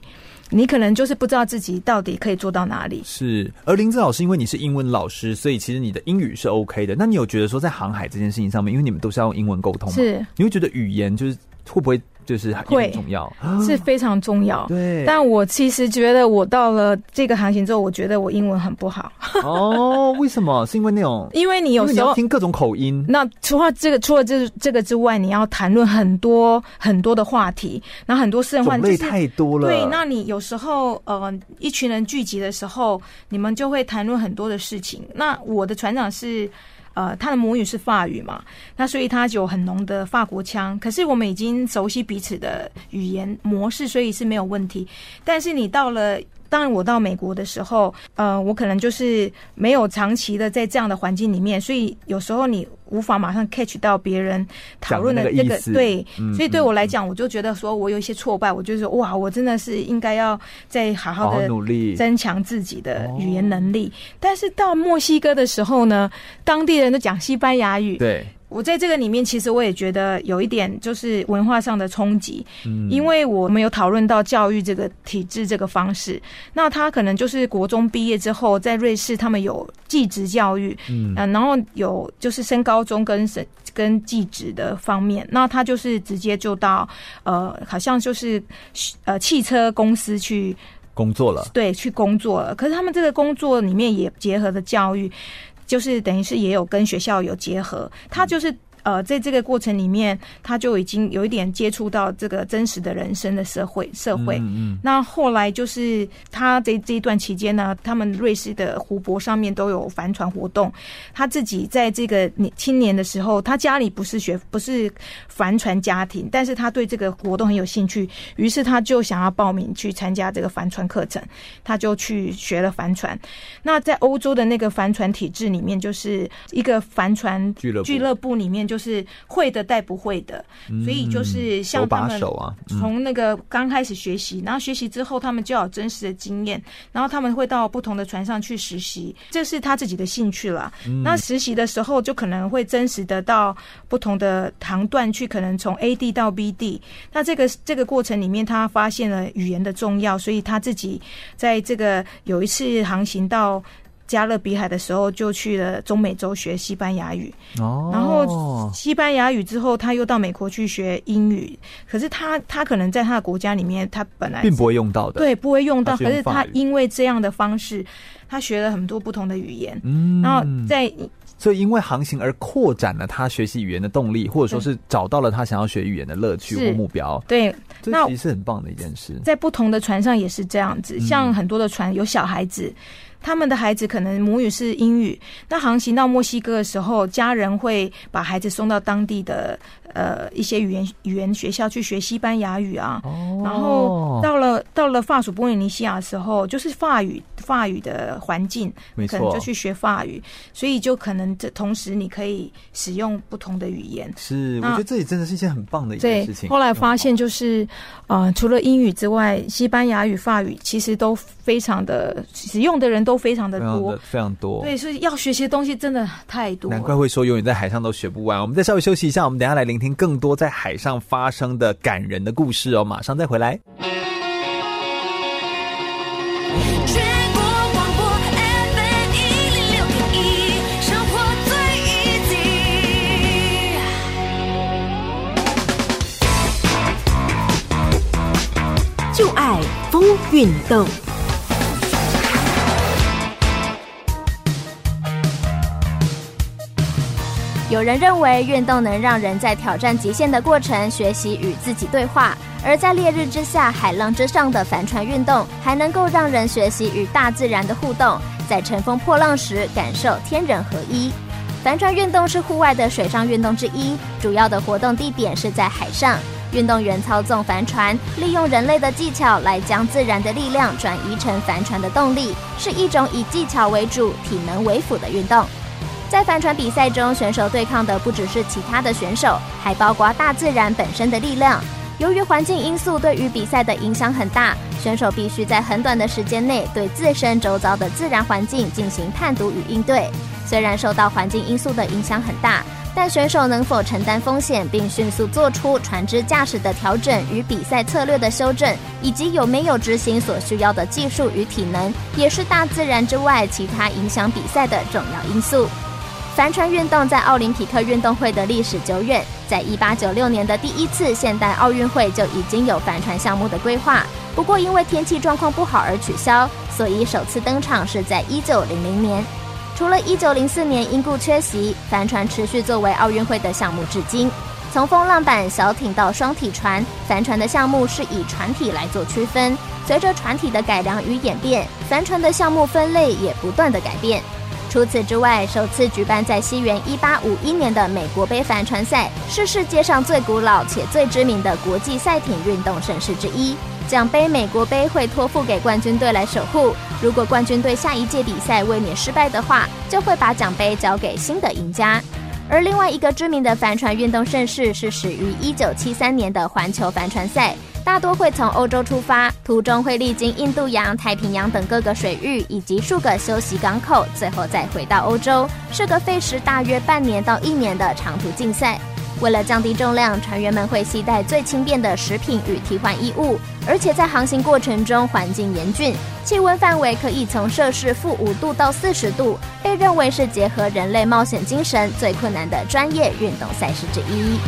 S3: 你可能就是不知道自己到底可以做到哪里，
S2: 是，而林志老师，因为你是英文老师，所以其实你的英语是 OK 的。那你有觉得说在航海这件事情上面，因为你们都是要用英文沟通嘛，
S3: 是
S2: 你会觉得语言就是会不会就是
S3: 会
S2: 很重要？
S3: 是非常重要。
S2: 啊对，
S3: 但我其实觉得，我到了这个航行之后，我觉得我英文很不好，
S2: [LAUGHS] 哦，为什么？是因为那种
S3: 因为你
S2: 因
S3: 有
S2: 为你
S3: 时
S2: 要
S3: 候
S2: 听各种口音，
S3: 那除了这个，除了这这个之外，你要谈论很多很多的话题，然后很多私人话
S2: 种
S3: 题，
S2: 类
S3: 就是
S2: 太多了。
S3: 对。那你有时候呃，一群人聚集的时候，你们就会谈论很多的事情。那我的船长是。呃，他的母语是法语嘛，那所以他有很浓的法国腔。可是我们已经熟悉彼此的语言模式，所以是没有问题。但是你到了，当然我到美国的时候，呃，我可能就是没有长期的在这样的环境里面，所以有时候你无法马上 catch 到别人讨论的
S2: 讲的那
S3: 这
S2: 个
S3: 个
S2: 意思
S3: 对
S2: 嗯，
S3: 所以对我来讲，我就觉得说我有一些挫败，我就说哇，我真的是应该要再好
S2: 好
S3: 好
S2: 好
S3: 的
S2: 努力，哦
S3: 增强自己的语言能力。但是到墨西哥的时候呢，当地人都讲西班牙语，
S2: 对，
S3: 我在这个里面，其实我也觉得有一点就是文化上的冲击，
S2: 嗯
S3: 因为我们有讨论到教育这个体制这个方式。那他可能就是国中毕业之后，在瑞士他们有技职教育，
S2: 嗯
S3: 嗯、然后有就是升高中跟升跟技职的方面，那他就是直接就到呃，好像就是呃汽车公司去
S2: 工作了，
S3: 对，去工作了。可是他们这个工作里面也结合了教育，就是等于是也有跟学校有结合。
S2: 嗯
S3: 他就是呃，在这个过程里面，他就已经有一点接触到这个真实的人生的社会社会。
S2: 嗯嗯，
S3: 那后来就是他这这一段期间呢，他们瑞士的湖泊上面都有帆船活动。他自己在这个年青年的时候，他家里不是学不是帆船家庭，但是他对这个活动很有兴趣，于是他就想要报名去参加这个帆船课程，他就去学了帆船。那在欧洲的那个帆船体制里面，就是一个帆船
S2: 俱乐部
S3: 俱乐部里面，就是会的带不会的，所以就是
S2: 手
S3: 像他
S2: 把
S3: 们
S2: 手啊，嗯
S3: 从那个刚开始学习，然后学习之后，他们就要有真实的经验，然后他们会到不同的船上去实习，这是他自己的兴趣啦。
S2: 嗯
S3: 那实习的时候，就可能会真实的到不同的航段去，可能从 A 地到 B 地。那这个这个过程里面，他发现了语言的重要，所以他自己在这个有一次航行到。加勒比海的时候，就去了中美洲学西班牙语。
S2: 哦，
S3: 然后西班牙语之后，他又到美国去学英语。可是他他可能在他的国家里面，他本来
S2: 并不会用到的，，
S3: 对不会用到，
S2: 他是
S3: 可
S2: 用
S3: 是
S2: 法
S3: 他
S2: 语
S3: 因为这样的方式，他学了很多不同的语言。
S2: 嗯
S3: 然后在
S2: 所以因为航行而扩展了他学习语言的动力，或者说是找到了他想要学语言的乐趣
S3: 是
S2: 或目标，
S3: 对
S2: 这
S3: 那
S2: 其实是很棒的一件事。
S3: 在不同的船上也是这样
S2: 嗯
S3: 子，像很多的船有小孩子，他们的孩子可能母语是英语，那航行到墨西哥的时候，家人会把孩子送到当地的呃一些语言语言学校去学西班牙语啊，
S2: 哦
S3: 然后到了到了法属波利尼西亚的时候，就是法语法语的环境，
S2: 没
S3: 可能
S2: 错
S3: 就，去学法语，所以就可能这同时你可以使用不同的语言。
S2: 是，我
S3: 那
S2: 觉得这也真的是一件很棒的一件事，
S3: 对
S2: 情。
S3: 后来发现就是，呃，除了英语之外，西班牙语、法语其实都非常的使用的人都非常的
S2: 非常
S3: 多
S2: 的，非常多，
S3: 对，所以要学习的东西真的太多了。
S2: 难怪会说永远在海上都学不完。我们再稍微休息一下，我们等一下来聆听更多在海上发生的感人的故事哦。马上再回来。
S4: 全国广播 FM 一零六点一，生活最 easy。
S9: 就爱风运动。
S10: 有人认为运动能让人在挑战极限的过程学习与自己对话，而在烈日之下、海浪之上的帆船运动，还能够让人学习与大自然的互动，在乘风破浪时感受天人合一。帆船运动是户外的水上运动之一，主要的活动地点是在海上。运动员操纵帆船，利用人类的技巧来将自然的力量转移成帆船的动力，是一种以技巧为主、体能为辅的运动。在帆船比赛中，选手对抗的不只是其他的选手，还包括大自然本身的力量。由于环境因素对于比赛的影响很大，选手必须在很短的时间内对自身周遭的自然环境进行判读与应对。虽然受到环境因素的影响很大，但选手能否承担风险并迅速做出船只驾驶的调整与比赛策略的修正，以及有没有执行所需要的技术与体能，也是大自然之外其他影响比赛的重要因素。帆船运动在奥林匹克运动会的历史久远，在1896年的第一次现代奥运会就已经有帆船项目的规划，不过因为天气状况不好而取消，所以首次登场是在1900年。除了1904年因故缺席，帆船持续作为奥运会的项目至今。从风浪板、小艇到双体船，帆船的项目是以船体来做区分。随着船体的改良与演变，帆船的项目分类也不断的改变。除此之外，首次举办在西元1851年的美国杯帆船赛，是世界上最古老且最知名的国际赛艇运动盛事之一。奖杯美国杯会托付给冠军队来守护，如果冠军队下一届比赛卫冕失败的话，就会把奖杯交给新的赢家。而另外一个知名的帆船运动盛事是始于1973年的环球帆船赛，大多会从欧洲出发，途中会历经印度洋、太平洋等各个水域以及数个休息港口，最后再回到欧洲，是个费时大约半年到一年的长途竞赛。为了降低重量，船员们会携带最轻便的食品与替换衣物，而且在航行过程中环境严峻，气温范围可以从摄氏负五度到四十度，被认为是结合人类冒险精神最困难的专业运动赛事之一。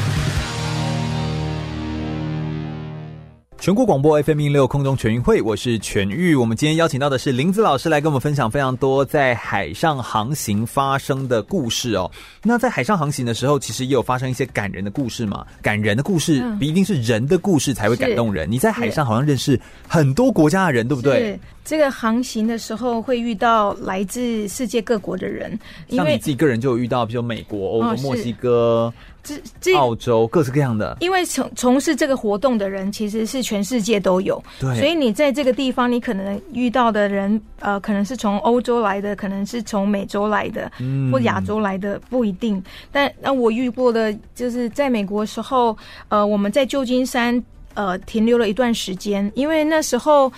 S2: 全国广播 FM 一六空中全运会，我是全玉。我们今天邀请到的是林子老师来跟我们分享非常多在海上航行发生的故事哦。那在海上航行的时候，其实也有发生一些感人的故事嘛？感人的故事
S3: 嗯
S2: 不一定是人的故事才会感动人。你在海上好像认识很多国家的人，对不对
S3: 是？这个航行的时候会遇到来自世界各国的人，因
S2: 像你
S3: 为
S2: 自己个人就有遇到，比如美国、欧洲、
S3: 哦是
S2: 墨西哥、
S3: 这这
S2: 澳洲，各式各样的。
S3: 因为从从事这个活动的人其实是全世界都有，
S2: 对
S3: 所以你在这个地方，你可能遇到的人，呃，可能是从欧洲来的，可能是从美洲来的，
S2: 嗯
S3: 或亚洲来的，不一定。但那我遇过的，就是在美国的时候，呃，我们在旧金山呃停留了一段时间，因为那时候。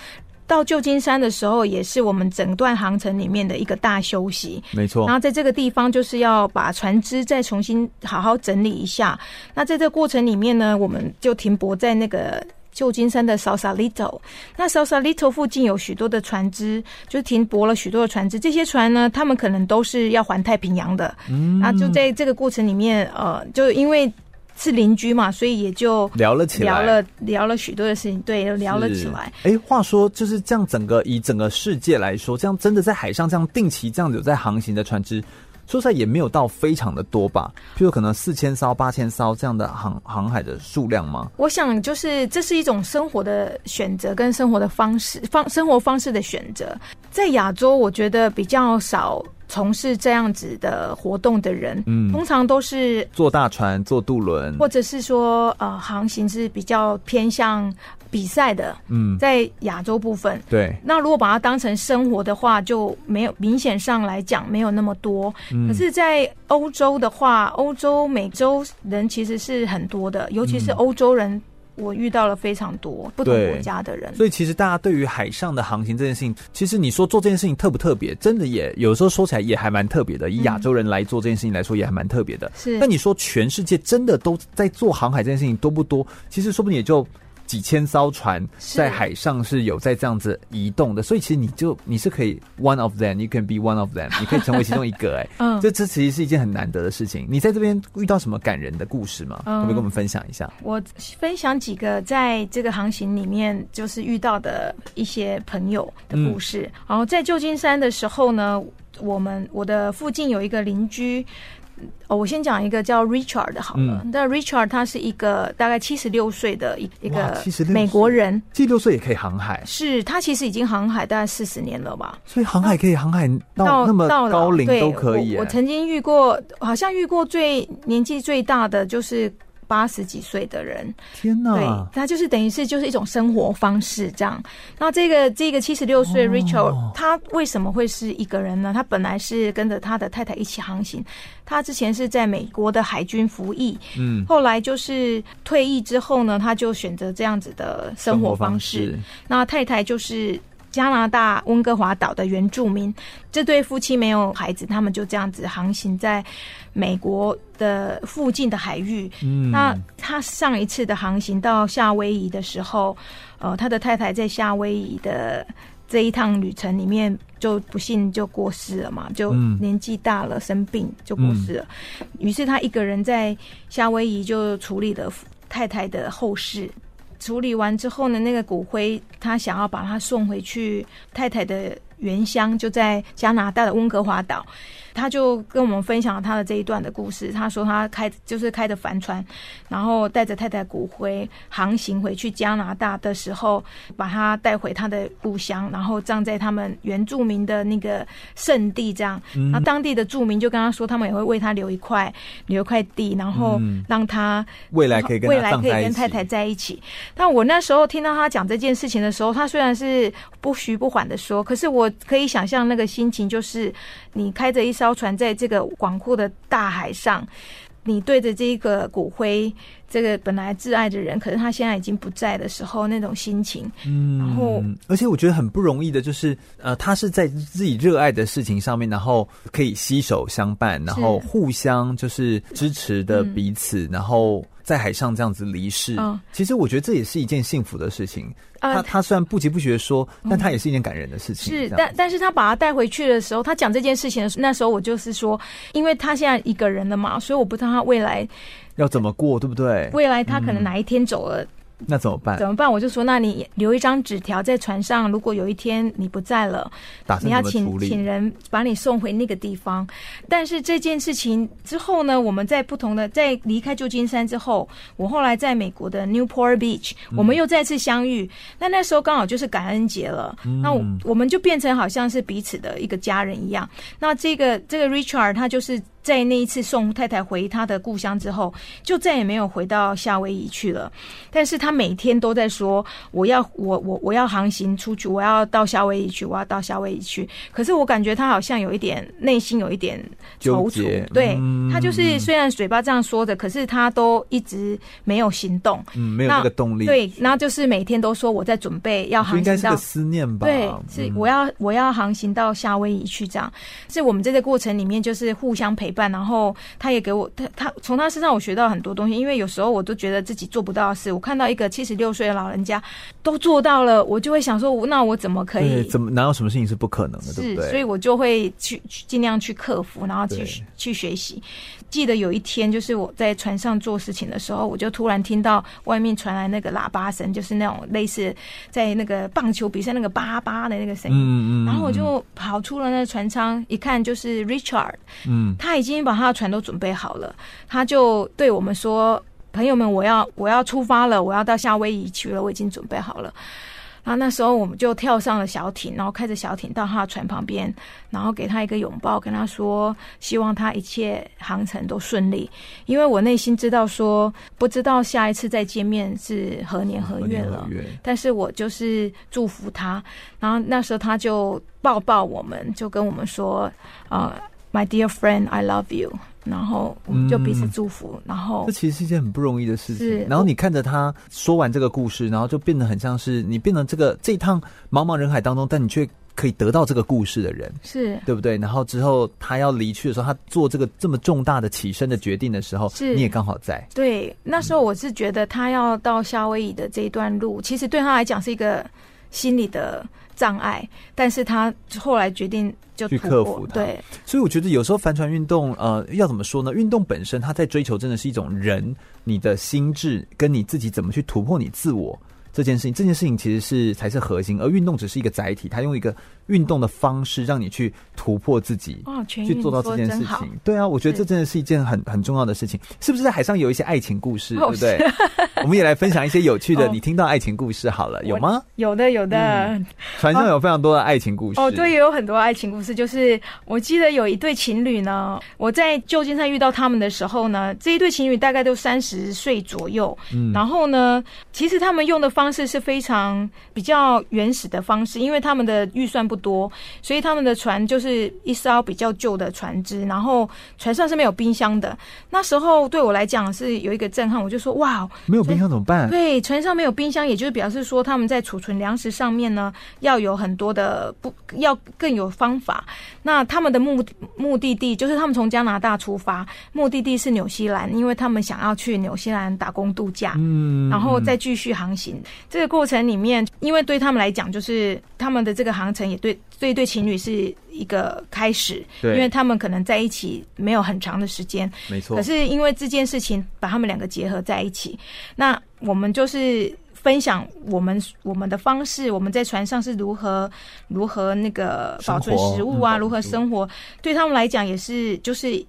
S3: 到旧金山的时候，也是我们整段航程里面的一个大休息。
S2: 没错
S3: 然，后在这个地方，就是要把船只再重新好好整理一下。那在这个过程里面呢，我们就停泊在那个。旧金山的 Sausalito，那 Sausalito 附近有许多的船只，就停泊了许多的船只。这些船呢，他们可能都是要环太平洋的。嗯，那就在这个过程里面，呃，就因为是邻居嘛，所以也就
S2: 聊了起来，
S3: 聊了聊了许多的事情，对，聊了起
S2: 是
S3: 来。。
S2: 哎、话说就是这样，整个以整个世界来说，这样真的在海上这样定期这样子有在航行的船只，说实在也没有到非常的多吧，譬如可能四千艘、八千艘这样的航航海的数量吗？
S3: 我想，就是这是一种生活的选择，跟生活的方式方生活方式的选择。在亚洲，我觉得比较少从事这样子的活动的人，
S2: 嗯
S3: 通常都是
S2: 坐大船、坐渡轮，
S3: 或者是说呃，航行是比较偏向比赛的，
S2: 嗯，
S3: 在亚洲部分。
S2: 对，
S3: 那如果把它当成生活的话，就没有明显上来讲没有那么多。
S2: 嗯
S3: 可是，在欧洲的话，欧洲、美洲人其实是很多的，尤其是欧洲人，我遇到了非常多不
S2: 嗯
S3: 同
S2: 对
S3: 国家的人。
S2: 所以其实大家对于海上的航行这件事情，其实你说做这件事情特不特别，真的也有时候说起来也还蛮特别的。以亚洲人来做这件事情来说，也还蛮特别的。
S3: 嗯是
S2: 那你说全世界真的都在做航海这件事情多不多？其实说不定也就。几千艘船
S3: 是
S2: 在海上是有在这样子移动
S3: 嗯
S2: 的，所以其实你就你是可以 one of them，you can be one of them，你可以成为其中一个、哎，
S3: [LAUGHS] 嗯
S2: 这这其实是一件很难得的事情。你在这边遇到什么感人的故事吗？
S3: 嗯
S2: 可不可以跟我们分享一下？
S3: 我分享几个在这个航行里面就是遇到的一些朋友的故事。
S2: 嗯
S3: 然后在旧金山的时候呢，我们我的附近有一个邻居，哦，我先讲一个叫 Richard 的好了。
S2: 嗯
S3: 那 Richard 他是一个大概七十六岁的一一
S2: 哇
S3: 个
S2: 76
S3: 美国人，
S2: 七十六岁也可以航海，
S3: 是他其实已经航海大概四十年了吧。
S2: 所以航海可以航海到
S3: 到
S2: 那么
S3: 到
S2: 高
S3: 老
S2: 龄
S3: 对
S2: 都可以耶
S3: 我。我曾经遇过，好像遇过最年纪最大的就是八十几岁的人，
S2: 天哪
S3: 对，！他就是等于是就是一种生活方式这样。那这个这个七十六
S2: 哦
S3: 岁 Rachel，、他为什么会是一个人呢？他本来是跟着他的太太一起航行，他之前是在美国的海军服役，
S2: 嗯，
S3: 后来就是退役之后呢，他就选择这样子的生活方式。那太太就是加拿大温哥华岛的原住民，这对夫妻没有孩子，他们就这样子航行在美国的附近的海域。
S2: 嗯
S3: 那他上一次的航行到夏威夷的时候，呃，他的太太在夏威夷的这一趟旅程里面就不幸就过世了嘛，就
S11: 嗯
S3: 年纪大了生病就过世了。
S2: 嗯
S3: 于是他一个人在夏威夷就处理了太太的后事。处理完之后呢，那个骨灰他想要把它送回去太太的原乡，就在加拿大的温哥华岛。他就跟我们分享了他的这一段的故事。他说他开就是开着帆船，然后带着太太骨灰航行回去加拿大的时候，把他带回他的故乡，然后葬在他们原住民的那个圣地这样。
S11: 嗯
S3: 那当地的住民就跟他说，他们也会为他留一块留一块地，然后
S2: 嗯
S3: 让他
S2: 未来可以跟
S3: 未
S2: 他
S3: 来
S2: 葬
S3: 可以
S2: 在一
S3: 跟太
S2: 起。
S3: 太在一起。但我那时候听到他讲这件事情的时候，他虽然是不徐不缓的说，可是我可以想象那个心情，就是你开着一艘船在这个广阔的大海上，你对着这个骨灰，这个本来挚爱的人，可是他现在已经不在的时候，那种心情。
S2: 嗯，
S3: 然后
S2: 而且我觉得很不容易的，就是呃，他是在自己热爱的事情上面，然后可以携手相伴，然后互相就是支持的
S3: 嗯
S2: 彼此，然后在海上这样子离世。
S3: 嗯
S2: 其实我觉得这也是一件幸福的事情。
S3: 呃嗯
S2: 他他虽然不疾不学说，但他也是一件感人的事情。
S3: 是，
S2: 这样
S3: 但但是他把他带回去的时候，他讲这件事情的时候，那时候我就是说，因为他现在一个人了嘛，所以我不知道他未来
S2: 要怎么过，对不对？
S3: 未来他可能
S2: 嗯
S3: 哪一天走了。
S2: 那怎么办？
S3: 怎么办？我就说，那你留一张纸条在船上，如果有一天你不在了
S2: 打，算
S3: 你要
S2: 怎么处
S3: 请
S2: 理
S3: 请人把你送回那个地方。但是这件事情之后呢，我们在不同的在离开旧金山之后，我后来在美国的 Newport Beach，我
S2: 嗯
S3: 们又再次相遇。那那时候刚好就是感恩节了，
S11: 嗯
S3: 那我我们就变成好像是彼此的一个家人一样。那这个这个 Richard 他就是在那一次送太太回他的故乡之后，就再也没有回到夏威夷去了。但是他每天都在说，我要我我我要航行出去，我要到夏威夷去，我要到夏威夷去。可是我感觉他好像有一点内心有一点
S2: 纠
S3: 踌
S2: 结
S3: 躇，对、
S2: 嗯
S3: 他就是虽然嘴巴这样说着，可是他都一直没有行动，
S2: 嗯，没有那个动力。
S3: 对，然后就是每天都说我在准备要
S2: 我觉得
S3: 航
S2: 应该
S3: 行
S2: 是
S3: 到
S2: 个思念吧。
S3: 对，是
S2: 嗯
S3: 我要我要航行到夏威夷去，这样是我们在这个过程里面就是互相陪伴，然后他也给我他他从他身上我学到很多东西，因为有时候我都觉得自己做不到的事，我看到一个七十六岁的老人家都做到了，我就会想说，我那我怎么可
S2: 对，
S3: 以？
S2: 怎么哪有什么事情是不可能的，对
S3: 是
S2: 不，对？
S3: 所以我就会去去尽量去克服，然后
S2: 对
S3: 去学去学习。记得有一天，就是我在船上做事情的时候，我就突然听到外面传来那个喇叭声，就是那种类似在那个棒球比赛那个叭叭的那个声音。
S2: 嗯嗯嗯
S3: 然后我就跑出了那个船舱，一看就是 Richard，
S2: 嗯
S3: 他已经把他的船都准备好了，他就对我们说：“朋友们，我要我要出发了，我要到夏威夷去了，我已经准备好了。”然后那时候我们就跳上了小艇，然后开着小艇到他的船旁边，然后给他一个拥抱，跟他说希望他一切航程都顺利，因为我内心知道说不知道下一次再见面是何年何月了，
S2: 合约
S3: 但是我就是祝福他。然后那时候他就抱抱我们，就跟我们说，呃，My dear friend, I love you。然后我们就彼此祝福，然后
S2: 这其实是一件很不容易的事
S3: 是
S2: 情。然后你看着他说完这个故事，然后就变得很像是你变成这个这一趟茫茫人海当中，但你却可以得到这个故事的人，
S3: 是
S2: 对不对？然后之后他要离去的时候，他做这个这么重大的起身的决定的时候，
S3: 是
S2: 你也刚好在。
S3: 对，那时候我是觉得他要到夏威夷的这一段路，其实对他来讲是一个心理的障碍，但是他后来决定就
S2: 去
S3: 突
S2: 克
S3: 破
S2: 服它
S3: 对，
S2: 所以我觉得有时候帆船运动，呃，要怎么说呢？运动本身它在追求真的是一种人，你的心智跟你自己怎么去突破你自我。这件事情，这件事情其实是才是核心，而运动只是一个载体，它用一个运动的方式让你去突破自己，
S3: 哇全哦运
S2: 去做到这件事
S3: 说真好
S2: 情。对啊，我觉得
S3: 是
S2: 这真的是一件很很重要的事情。是不是在海上有一些爱情故事，对
S3: 哦
S2: 不对？ [LAUGHS] 我们也来分享一些有趣的，
S3: 哦
S2: 你听到爱情故事好了，有吗？
S3: 有的，有的。
S2: 船上有非常多的爱情故事
S3: 哦，对，也有很多爱情故事。就是我记得有一对情侣呢，我在旧金山遇到他们的时候呢，这一对情侣大概都三十岁左右。
S11: 嗯
S3: 然后呢，其实他们用的方式是非常比较原始的方式，因为他们的预算不多，所以他们的船就是一艘比较旧的船只，然后船上是没有冰箱的。那时候对我来讲是有一个震撼，我就说哇，
S2: 没有冰箱怎么
S11: [LAUGHS]
S2: 办？
S3: 对，船上没有冰箱，也就是表示说他们在储存粮食上面呢，要有很多的不要更有方法。那他们的目目的地就是他们从加拿大出发，目的地是纽西兰，因为他们想要去纽西兰打工度假，
S11: 嗯
S3: 然后再继续航行。这个过程里面，因为对他们来讲，就是他们的这个航程也对对对情侣是一个开始，因
S11: 对
S3: 为他们可能在一起没有很长的时间，
S11: 没错
S3: 可是因为这件事情把他们两个结合在一起，那我们就是分享我们我们的方式，我们在船上是如何如何那个保存
S11: 生活
S3: 食物啊，
S11: 嗯
S3: 如何生活，对他们来讲也是就是。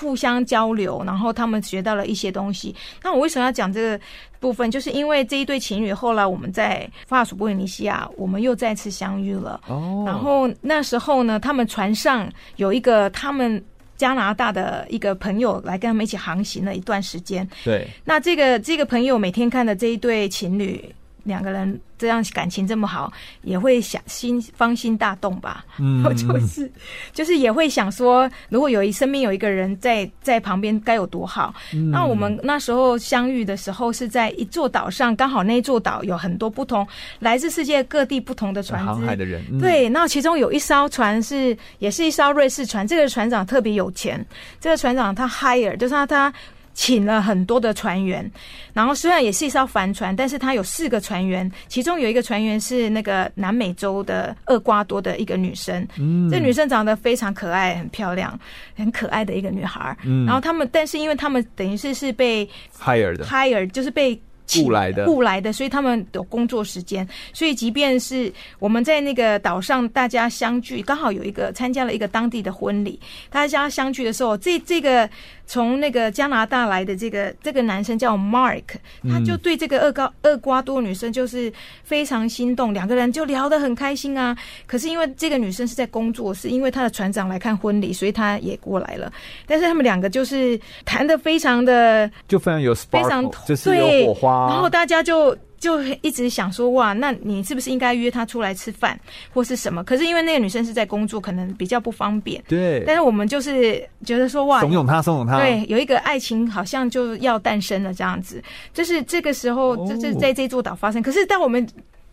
S3: 互相交流，然后他们学到了一些东西。那我为什么要讲这个部分？就是因为这一对情侣后来我们在法属波利尼西亚，我们又再次相遇了。
S2: 哦
S3: 然后那时候呢，他们船上有一个他们加拿大的一个朋友来跟他们一起航行了一段时间。
S2: 对，
S3: 那这个这个朋友每天看的这一对情侣，两个人这样感情这么好，也会想心芳心大动吧？
S11: 嗯
S3: [LAUGHS] 就是就是也会想说，如果有一身边有一个人在在旁边，该有多好。
S11: 嗯
S3: 那我们那时候相遇的时候是在一座岛上，刚好那一座岛有很多不同来自世界各地不同的船
S2: 航
S3: 只，
S2: 海的人，嗯，
S3: 对，那其中有一艘船是，也是一艘瑞士船。这个船长特别有钱，这个船长他 hire，就是他他请了很多的船员。然后虽然也是一艘帆船，但是他有四个船员，其中有一个船员是那个南美洲的厄瓜多的一个女生。
S11: 嗯
S3: 这女生长得非常可爱，很漂亮，很可爱的一个女孩儿。
S2: 嗯
S3: 然后他们，但是因为他们等于是是被
S2: hire 的
S3: hire 就是被请
S2: 雇来的
S3: 雇来的，所以他们有工作时间。所以即便是我们在那个岛上大家相聚，刚好有一个参加了一个当地的婚礼，大家相聚的时候，这这个从那个加拿大来的这个这个男生叫 Mark，
S11: 嗯
S3: 他就对这个厄高厄瓜多女生就是非常心动，两个人就聊得很开心啊。可是因为这个女生是在工作，是因为她的船长来看婚礼，所以她也过来了。但是他们两个就是谈得非常的
S2: 就非常有 sparkle，
S3: 非常
S2: 就是有火花，
S3: 然后大家就就一直想说，哇，那你是不是应该约她出来吃饭或是什么？可是因为那个女生是在工作，可能比较不方便。
S2: 对，
S3: 但是我们就是觉得说，哇，
S2: 怂恿他，怂恿他，
S3: 对，有一个爱情好像就要诞生了这样子，就是这个时候，
S2: 哦
S3: 这这在这座岛发生。可是当我们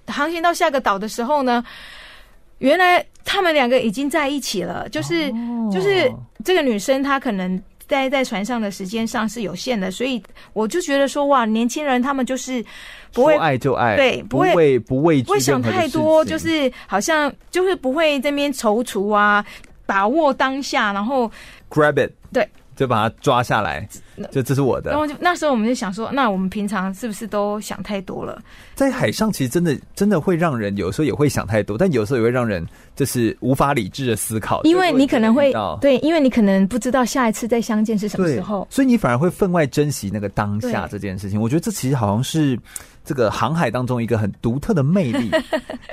S3: 航行到下个岛的时候呢，原来他们两个已经在一起了，就是、
S2: 哦
S3: 就是这个女生她可能。待在船上的时间上是有限的，所以我就觉得说，哇，年轻人他们就是不会
S2: 说爱就爱，
S3: 对，
S2: 不
S3: 会
S2: 畏不畏
S3: 不会
S2: 惧任
S3: 想
S2: 何的
S3: 太
S2: 事
S3: 多，
S2: 情
S3: 就是好像就是不会这边踌躇啊，把握当下，然后
S2: grab it，
S3: 对，
S2: 就把它抓下来，就这是我的
S3: 然。后就那时候我们就想说，那我们平常是不是都想太多了？
S2: 在海上其实真的真的会让人有时候也会想太多，但有时候也会让人就是无法理智的思考，
S3: 因为你可能会
S2: 这个我也
S3: 对，因为你可能不知道下一次再相见是什么
S2: 对
S3: 时候。
S2: 所以你反而会分外珍惜那个当下
S3: 对
S2: 这件事情。我觉得这其实好像是这个航海当中一个很独特的魅
S3: [LAUGHS]
S2: 力。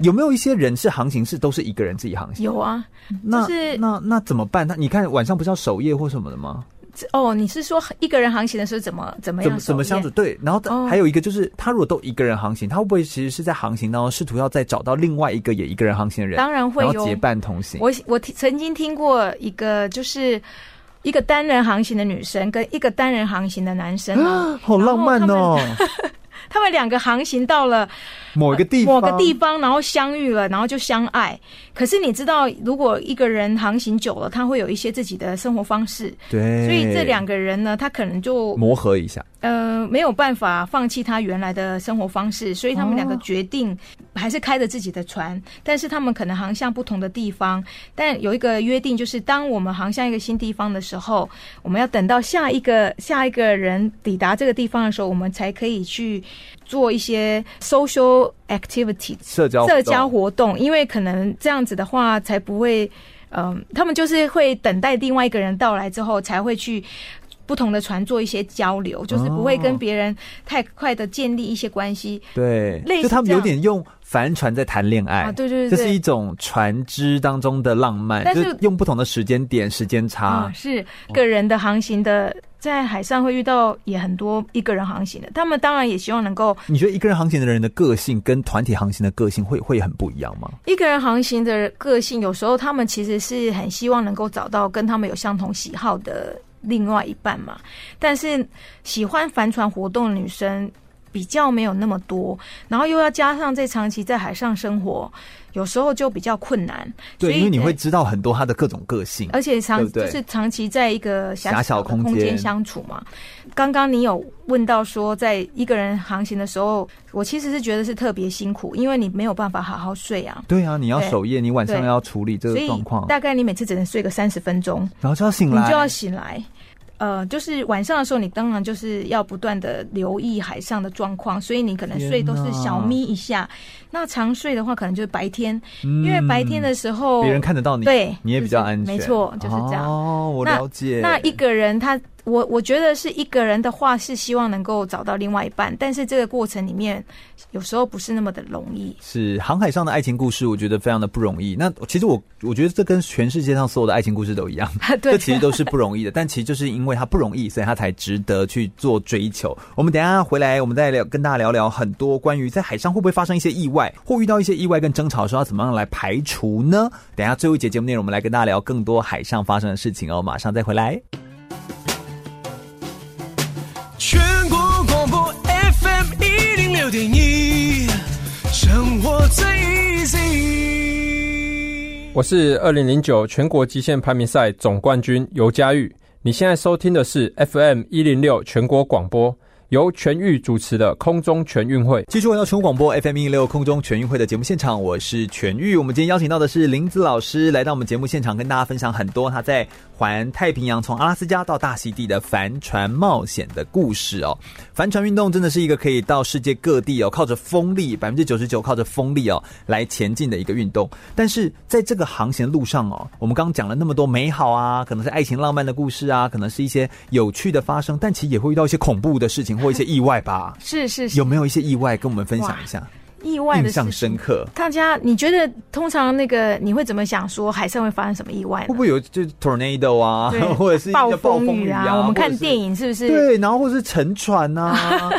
S2: 有没有一些人是航行是都是一个人自己航行？
S3: 有啊，
S2: 那
S3: 就是
S2: 那那怎么办？那你看晚上不是要守夜或什么的吗？
S3: 哦，你是说一个人航行的时候怎么怎么
S2: 怎
S3: 样
S2: 么
S3: 守
S2: 怎么
S3: 夜
S2: 相处？对，然后他
S3: 哦
S2: 还有一个就是，他如果都一个人航行，他会不会其实是在航行当中试图要再找到另外一个也一个人航行的人？
S3: 当然会有
S2: 然后结伴同行。，
S3: 我我听曾经听过一个就是。一个单人航行的女生跟一个单人航行的男生呢
S2: 好浪漫哦，
S3: 他们两个航行到了
S2: 某一个地方，
S3: [LAUGHS] 某个地方，然后相遇了，然后就相爱。可是你知道，如果一个人航行久了，他会有一些自己的生活方式，
S2: 对，
S3: 所以这
S2: 哎
S3: 两个人呢，他可能就
S2: 磨合一下，
S3: 呃没有办法放弃他原来的生活方式，所以他们两个决定还是开着自己的船，但是他们可能航向不同的地方。但有一个约定，就是当我们航向一个新地方的时候，我们要等到下一个下一个人抵达这个地方的时候，我们才可以去做一些 social activity
S2: 社交活动
S3: 社交活动，因为可能这样子的话才不会。嗯，他们就是会等待另外一个人到来之后，才会去不同的船做一些交流，就是不会跟别人太快的建立一些关系。
S2: 对
S3: 类，似
S2: 就他们
S3: 这
S2: 有
S3: 样
S2: 点用帆船在谈恋爱，
S3: 啊对对对
S2: 这
S3: 对
S2: 是一种船只当中的浪漫，
S3: 但
S2: 就是是用不同的时间点、时间差
S3: 嗯，，是个人的航行的，在海上会遇到也很多一个人航行的，他们当然也希望能够
S2: 你觉得一个人航行的人的个性跟团体航行的个性会会很不一样吗？
S3: 一个人航行的个性，有时候他们其实是很希望能够找到跟他们有相同喜好的另外一半嘛。但是喜欢帆船活动的女生比较没有那么多，然后又要加上这长期在海上生活，有时候就比较困难。所
S2: 对，
S3: 以呃
S2: 因为你会知道很多他的各种个性，
S3: 而且长
S2: 对不对
S3: 就是长期在一个
S2: 狭
S3: 狭
S2: 小
S3: 小
S2: 空
S3: 空
S2: 间
S3: 间相处嘛。刚刚你有问到说，在一个人航行的时候，我其实是觉得是特别辛苦，因为你没有办法好好睡啊。
S2: 对啊，你要
S3: 对
S2: 守夜，你晚上
S3: 对
S2: 要处理这
S3: 所
S2: 个
S3: 以
S2: 状况，
S3: 大概你每次只能睡个三十分钟，
S2: 然后就要醒
S3: 你
S2: 来，
S3: 就要醒来。呃，就是晚上的时候，你当然就是要不断的留意海上的状况，所以你可能睡都是小眯一下。那长睡的话，可能就是白天，
S2: 嗯
S3: 因为白天的时候
S2: 别人看得到你，
S3: 对
S2: 你也比较安全，
S3: 就是没错就是这样
S2: 哦，我
S3: 那
S2: 了解。
S3: 那一个人他，我我觉得是一个人的话，是希望能够找到另外一半，但是这个过程里面有时候不是那么的容易。 [LAUGHS]
S2: 是航海上的爱情故事，我觉得非常的不容易。那其实我我觉得这跟全世界上所有的爱情故事都一样，
S3: [LAUGHS] 对
S2: 这其实都是不容易的。但其实就是因为它不容易，所以它才值得去做追求。我们等一下回来，我们再聊跟大家聊聊很多关于在海上会不会发生一些意外，或遇到一些意外跟争吵的时候，要怎么样来排除呢？等一下最后一节节目内容，我们来跟大家聊更多海上发生的事情哦。马上再回来。
S6: 全国广播 FM 一零六点一，生活最 easy。
S11: 我是二零零九全国极限排名赛总冠军尤佳玉。你现在收听的是 FM 一零六全国广播，由全域主持的空中全运会。
S2: 继续回到全国广播 FM 一六空中全运会的节目现场，我是全玉。我们今天邀请到的是林子老师来到我们节目现场，跟大家分享很多他在环太平洋从阿拉斯加到大溪地的帆船冒险的故事哦。帆船运动真的是一个可以到世界各地哦，靠着风力百分之九十九靠着风力哦来前进的一个运动。但是在这个航行路上哦，我们刚刚讲了那么多美好啊，可能是爱情浪漫的故事啊，可能是一些有趣的发生，但其实也会遇到一些恐怖的事情或一些意外吧。
S3: 是是是，
S2: 有没有一些意外跟我们分享一下？
S3: 意外的
S2: 印
S3: 事
S2: 象
S3: 情
S2: 深刻，
S3: 大家，你觉得通常那个你会怎么想？说海上会发生什么意外
S2: 会不
S3: 呢？
S2: 会有就是 tornado 啊
S3: 对，
S2: [LAUGHS] 或者是一些暴
S3: 风
S2: 风雨
S3: 啊，我们
S2: 或
S3: 看
S2: 者是
S3: 电影是不是？
S2: 对，然后或是沉船
S3: [LAUGHS]
S2: 啊。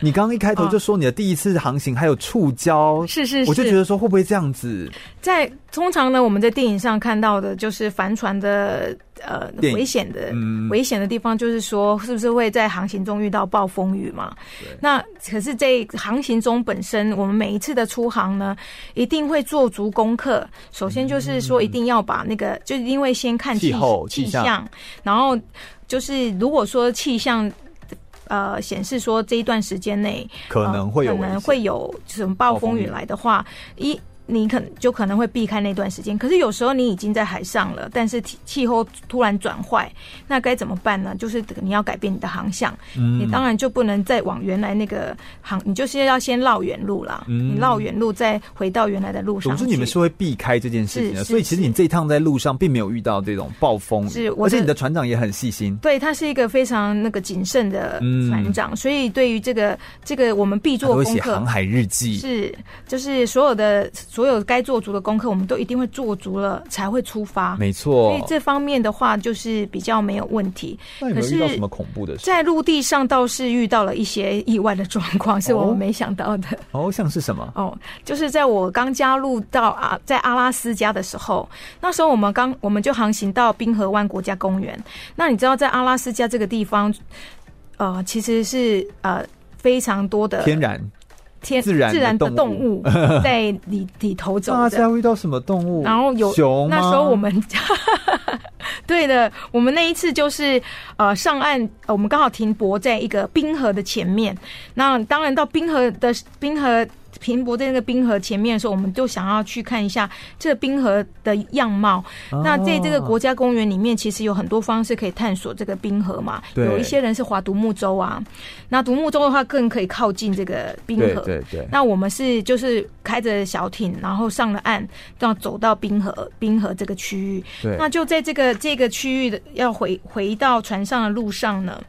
S2: 你刚刚一开头就说你的第一次航行还有触礁，
S3: 啊是是是
S2: 我就觉得说会不会这样子？
S3: 在通常呢，我们在电影上看到的就是帆船的呃
S2: 电影
S3: 危险的、
S2: 嗯
S3: 危险的地方，就是说是不是会在航行中遇到暴风雨嘛？那可是，在航行中本身，我们每一次的出航呢，一定会做足功课。首先就是说，一定要把那个，就是因为先看
S2: 气候
S3: 气
S2: 气象
S3: 象，然后就是如果说气象。呃，显示说这一段时间内
S2: 可能会有
S3: 呃可
S2: 危
S3: 能
S2: 险
S3: 会有什么暴风雨来的话，一你可能就可能会避开那段时间。可是有时候你已经在海上了，但是气气候突然转坏，那该怎么办呢？就是你要改变你的航向，
S12: 嗯
S3: 你当然就不能再往原来那个航，你就是要先绕远路啦，
S2: 嗯
S3: 你绕远路再回到原来的路上
S2: 总
S3: 去。
S2: 之你们是会避开这件事情的，
S3: 是是
S2: 所以其实你这一趟在路上并没有遇到这种暴风雨
S3: 是，我
S2: 而且
S3: 的
S2: 你的船长也很细心。
S3: 对，他是一个非常那个谨慎的
S2: 嗯
S3: 船长，所以对于这个这个我们必
S2: 他都
S3: 做
S2: 会
S3: 功
S2: 写
S3: 课，
S2: 航海日记，
S3: 是，就是所有的所有该做足的功课，我们都一定会做足了才会出发。
S2: 没错
S3: 所以这方面的话，就是比较没有问题。
S2: 那有
S3: 可
S2: 没有
S3: 是
S2: 遇到什么恐怖的事？
S3: 在陆地上倒是遇到了一些意外的状况，是我
S2: 哦
S3: 们没想到的。
S2: 哦，像是什么？
S3: 哦，就是在我刚加入到啊，在阿拉斯加的时候，那时候我们刚我们就航行到滨河湾国家公园。那你知道在阿拉斯加这个地方，呃，其实是呃非常多的
S2: 天然。
S3: 天
S2: 自然的
S3: 的
S2: 动
S3: 动
S2: 物
S3: 物在里里头走
S2: 大家
S3: 的。
S2: 遇到什么动物？
S3: 然后有
S2: 熊啊吗
S3: 那时候我们， [LAUGHS] 对的，我们那一次就是呃上岸，呃我们刚好停泊在一个冰河的前面。那当然到冰河的冰河停泊在那个冰河前面的时候，我们就想要去看一下这个冰河的样貌。
S12: 哦
S3: 那在这个国家公园里面，其实有很多方式可以探索这个冰河嘛。
S12: 对
S3: 有一些人是划独木舟啊，那独木舟的话更可以靠近这个冰河。
S12: 对对对
S3: 那我们是就是开着小艇，然后上了岸，这样走到冰河冰河这个区域。
S12: 对
S3: 那就在这个这个区域的要回回到船上的路上呢。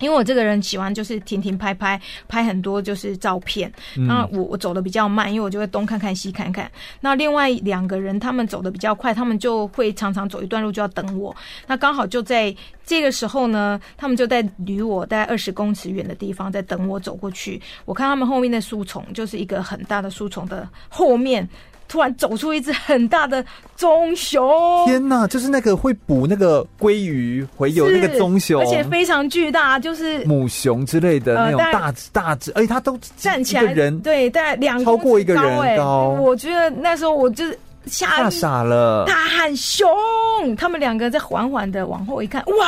S3: 因为我这个人喜欢就是停停拍拍，拍很多就是照片。
S12: 嗯
S3: 那我我走的比较慢，因为我就会东看看西看看。那另外两个人他们走的比较快，他们就会常常走一段路就要等我。那刚好就在这个时候呢，他们就在离我大概二十公尺远的地方在等我走过去。我看他们后面的树丛，就是一个很大的树丛的后面。突然走出一只很大的棕熊，
S2: 天哪，就是那个会捕那个鲑鱼、洄游那个
S3: 是
S2: 棕熊，
S3: 而且非常巨大，就是
S2: 母熊之类的那
S3: 呃
S2: 种
S3: 大
S2: 大只大只，而哎且它都
S3: 站起
S2: 一
S3: 来
S2: 个人
S3: 对，大概两
S2: 超过
S3: 公尺
S2: 一个人
S3: 哎
S2: 高
S3: 我觉得那时候我就是吓
S2: 吓
S3: 一
S2: 傻了。
S3: 啊大喊熊，他们两个在缓缓的往后一看，
S2: 嗯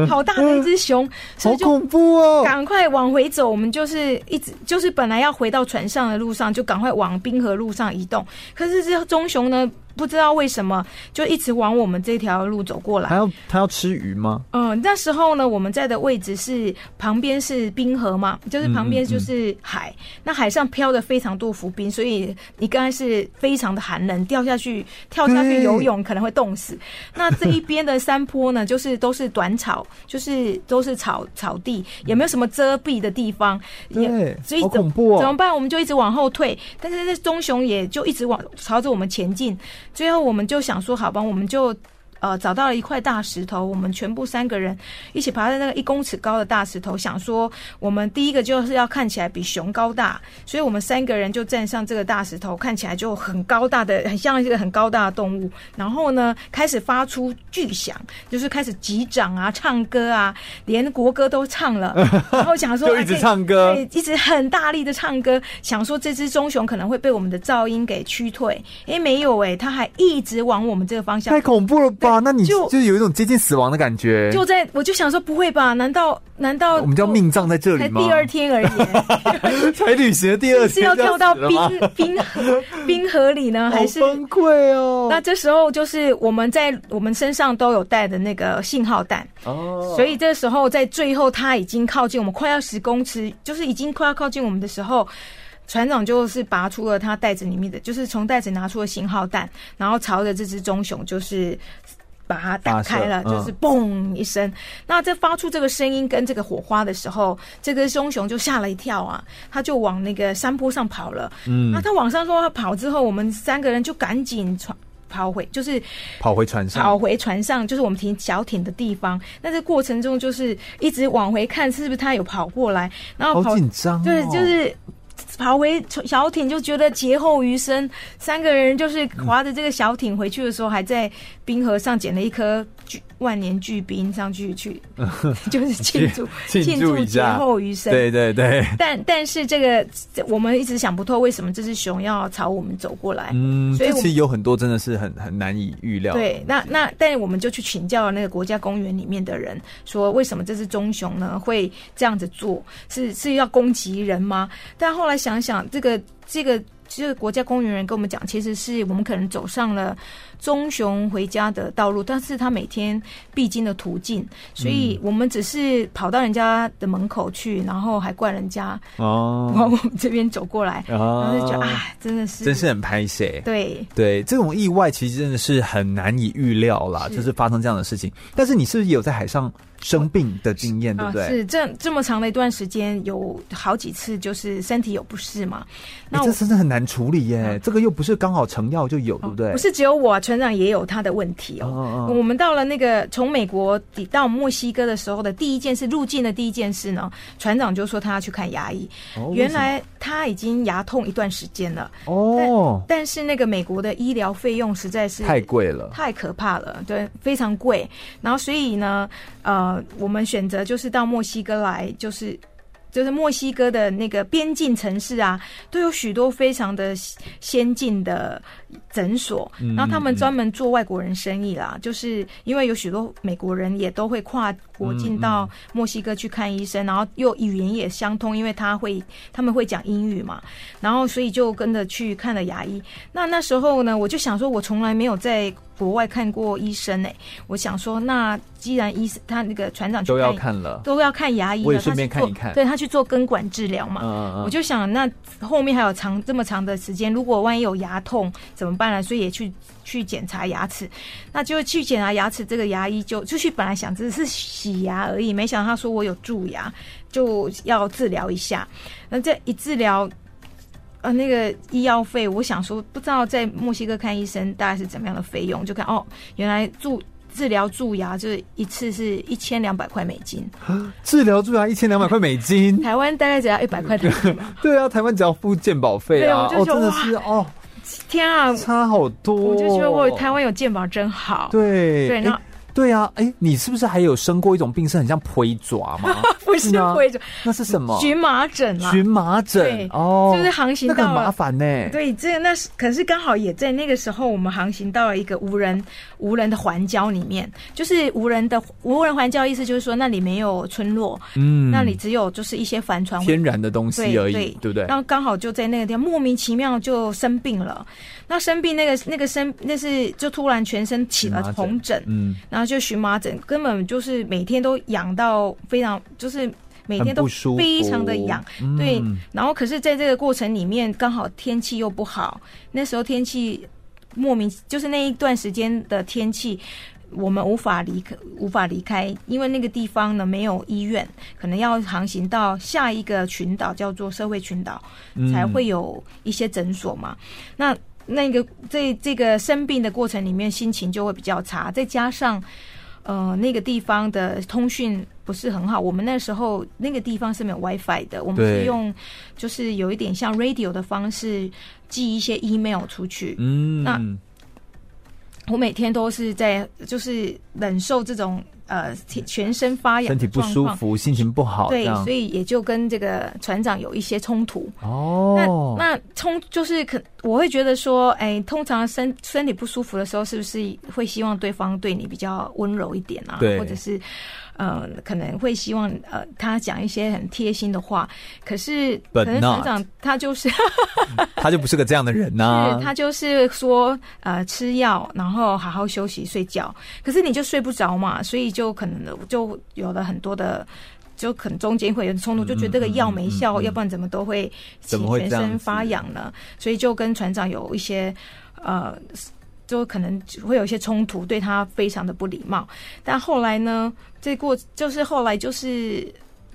S3: 哇，好大的一只熊，好恐
S2: 怖哦！
S3: 赶快往回走，我们就是一直就是本来要回到船上的路上，就赶快往冰河路上移动。可是这棕熊呢，不知道为什么就一直往我们这条路走过来
S2: 它。要它要吃鱼吗？
S3: 嗯，那时候呢，我们在的位置是旁边是冰河嘛，就是旁边就是海，那海上飘着非常多浮冰，所以你刚才是非常的寒冷，掉下去跳下去
S12: 对
S3: 游泳可能会冻死。那这一边的山坡呢，就是都是短草，就是都是草草地，也没有什么遮蔽的地方，也
S12: 对
S3: 所以
S12: 好
S3: 怎
S12: 恐怖哦
S3: 怎么办？我们就一直往后退，但是这棕熊也就一直往朝着我们前进。最后我们就想说，好吧，我们就呃找到了一块大石头，我们全部三个人一起爬在那个一公尺高的大石头，想说我们第一个就是要看起来比熊高大，所以我们三个人就站上这个大石头，看起来就很高大的，很像一个很高大的动物。然后呢，开始发出巨响，就是开始击掌啊、唱歌啊，连国歌都唱了。然后想说
S2: 就一直唱歌
S3: 对，一直很大力的唱歌，想说这只棕熊可能会被我们的噪音给驱退。哎，没有哎、它还一直往我们这个方向
S2: 太恐怖了吧！那你就就是有一种接近死亡的感觉。
S3: 就在我就想说，不会吧？难道难道
S2: 我们叫命葬在这
S3: 才
S2: 里吗？
S3: 第二天而已，
S2: [LAUGHS] 才旅行的第二天
S3: 是要
S2: 就
S3: 跳到
S2: 死了吗
S3: 冰冰河冰河里呢，还是崩
S2: 溃哦？
S3: 那这时候就是我们在我们身上都有带的那个信号弹，
S2: 哦
S3: 所以这时候在最后他已经靠近我们快要十公尺，就是已经快要靠近我们的时候。船长就是拔出了他袋子里面的，就是从袋子拿出了信号弹，然后朝着这只棕熊就是把它打开了，
S12: 发射嗯
S3: 就是嘣一声。那在发出这个声音跟这个火花的时候，这个棕熊就吓了一跳啊，它就往那个山坡上跑了。
S2: 嗯
S3: 那它往上说它跑之后，我们三个人就赶紧传。跑回就是
S2: 跑回船
S3: 跑
S2: 上，
S3: 回船上，就是我们停小艇的地方。那这过程中就是一直往回看，是不是它有跑过来？然后跑
S2: 好紧张哦
S3: 对，就是跑回小艇，就觉得劫后余生。三个人就是
S2: 嗯
S3: 划着这个小艇回去的时候，还在冰河上捡了一颗巨万年巨冰上去
S2: [LAUGHS]
S3: 去，就是庆祝
S2: 庆祝一
S3: 劫
S2: 下
S3: 后余生。
S2: 对对对，
S3: 但但是这个我们一直想不透，为什么这只熊要朝我们走过来？
S2: 嗯，
S3: 所以
S2: 这
S3: 我
S2: 其
S3: 们
S2: 实有很多真的是很很难以预料。
S3: 对，那那但是我们就去请教了那个国家公园里面的人，说为什么这只棕熊呢会这样子做？是是要攻击人吗？但后来想想，这个这个这个国家公园人跟我们讲，其实是我们可能走上了棕熊回家的道路，但是他每天必经的途径，所以我们只是跑到人家的门口去，然后还怪人家 [LAUGHS] 往
S2: 哦
S3: 我们这边走过来，然
S2: 哦
S3: 后就觉得啊，真的是
S2: 真是很拍谁。
S3: 对。
S2: 对，这种意外其实真的是很难以预料啦，
S3: 是
S2: 就是发生这样的事情。但是你是不是也有在海上生病的经验，对
S3: 啊
S2: 不，对？
S3: 是这这么长的一段时间，有好几次就是身体有不适嘛。
S2: 哎，
S3: 那我、嗯
S2: 这真的很难处理耶，这个又不是刚好成药就有，对不对？
S3: 哦不是只有我、船长也有他的问题哦。
S2: 哦，
S3: 我们到了那个从美国抵到墨西哥的时候的第一件事，入境的第一件事呢，船长就说他要去看牙医。
S2: 哦为
S3: 原
S2: 什么
S3: 来他已经牙痛一段时间了，
S2: 哦，
S3: 但是那个美国的医疗费用实在是
S2: 太贵了。
S3: 太可怕了，对，非常贵。然后所以呢，呃，我们选择就是到墨西哥来，就是就是墨西哥的那个边境城市啊，都有许多非常的先进的诊所，
S12: 嗯
S3: 然后他们专门做外国人生意啦，就是因为有许多美国人也都会跨国境
S2: 嗯
S3: 到墨西哥去看医生，然后又语言也相通，因为他会他们会讲英语嘛，然后所以就跟着去看了牙医。那那时候呢，我就想说，我从来没有在国外看过医生诶、我想说，那既然医生他那个船长去
S2: 都要看了
S3: 都要看牙医了，
S2: 我也顺
S3: 他
S2: 便
S3: 去做
S2: 看一看
S3: 对他去做根管治疗嘛。
S2: 嗯嗯
S3: 我就想，那后面还有长这么长的时间，如果万一有牙痛怎么办呢？所以也去去检查牙齿，那就去检查牙齿。这呃个牙医就就去本来想只是洗牙而已，没想到他说我有蛀牙，就要治疗一下。那这一治疗，呃，那个医药费，我想说不知道在墨西哥看医生大概是怎么样的费用，就看哦，原来蛀治疗蛀牙就是一次是一千两百块美金，，
S2: 治疗蛀牙一千两百块美金
S3: [LAUGHS] 台湾大概只要一百块台币。
S2: 对啊，台湾只要付健保费啊，
S3: 对，我
S2: 哦，
S3: 就觉
S2: 真
S3: 得、
S2: 的
S3: 哇，
S2: 是哦，
S3: 天啊，
S2: 差好多、
S3: 我就觉得我台湾有健保真好。
S2: 对
S3: 对，
S2: 诶
S3: 然后。？
S2: 对啊，哎、你是不是还有生过一种病是很像灰爪吗
S3: [LAUGHS] 不是
S2: 吗
S3: 灰，爪，
S2: 那是什么？
S3: 荨麻疹啦，
S2: 荨麻
S3: 对
S2: 疹哦，
S3: 就是航行
S2: 那
S3: 到
S2: 个很麻
S3: 了
S2: 烦呢、
S3: 对，这那是可是刚好也在那个时候，我们航行到了一个无人无人的环礁里面，就是无人的无人环礁，意思就是说那里没有村落，
S2: 嗯
S3: 那里只有就是一些帆船
S2: 天然的东西而已，不
S3: 对
S2: 对？
S3: 然后刚好就在那个地方莫名其妙就生病了，那生病那个那个生那是就突然全身起了红疹，
S2: 嗯，
S3: 然后就荨麻疹，根本就是每天都痒到非常，就是每天
S2: 很
S3: 都
S2: 不舒服
S3: 非常的痒，
S2: 嗯
S3: 对。然后可是在这个过程里面，刚好天气又不好，那时候天气莫名就是那一段时间的天气。我们无法离开，无法离开，因为那个地方呢没有医院，可能要航行到下一个群岛，叫做社会群岛，
S12: 嗯
S3: 才会有一些诊所嘛。那那个这这个生病的过程里面，心情就会比较差，再加上呃那个地方的通讯不是很好，我们那时候那个地方是没有 WiFi 的，我们
S2: 对
S3: 是用就是有一点像 radio 的方式寄一些 email 出去。
S2: 嗯，
S3: 那我每天都是在就是忍受这种呃全全身发痒
S2: 身
S3: 的
S2: 体不舒
S3: 状况。
S2: 服，心情不好，
S3: 对
S2: 这，样
S3: 所以也就跟这个船长有一些冲突。
S2: 哦，
S3: 那那冲就是可，我会觉得说，哎，通常身身体不舒服的时候，是不是会希望对方对你比较温柔一点啊？
S12: 对
S3: 或者是，呃，可能会希望呃他讲一些很贴心的话。可是，
S2: But
S3: 可能船
S2: not
S3: 长他就是。
S2: 他就不是个这样的人呐、
S3: 是他就是说，呃，吃药，然后好好休息睡觉。可是你就睡不着嘛，所以就可能就有了很多的，就可能中间会有冲突，就觉得这个药没
S2: 嗯
S3: 效，要不然怎么都会起
S2: 怎么会
S3: 全
S2: 这样
S3: 身发痒呢？所以就跟船长有一些，呃。就可能会有一些冲突，对他非常的不礼貌。但后来呢，这过就是后来就是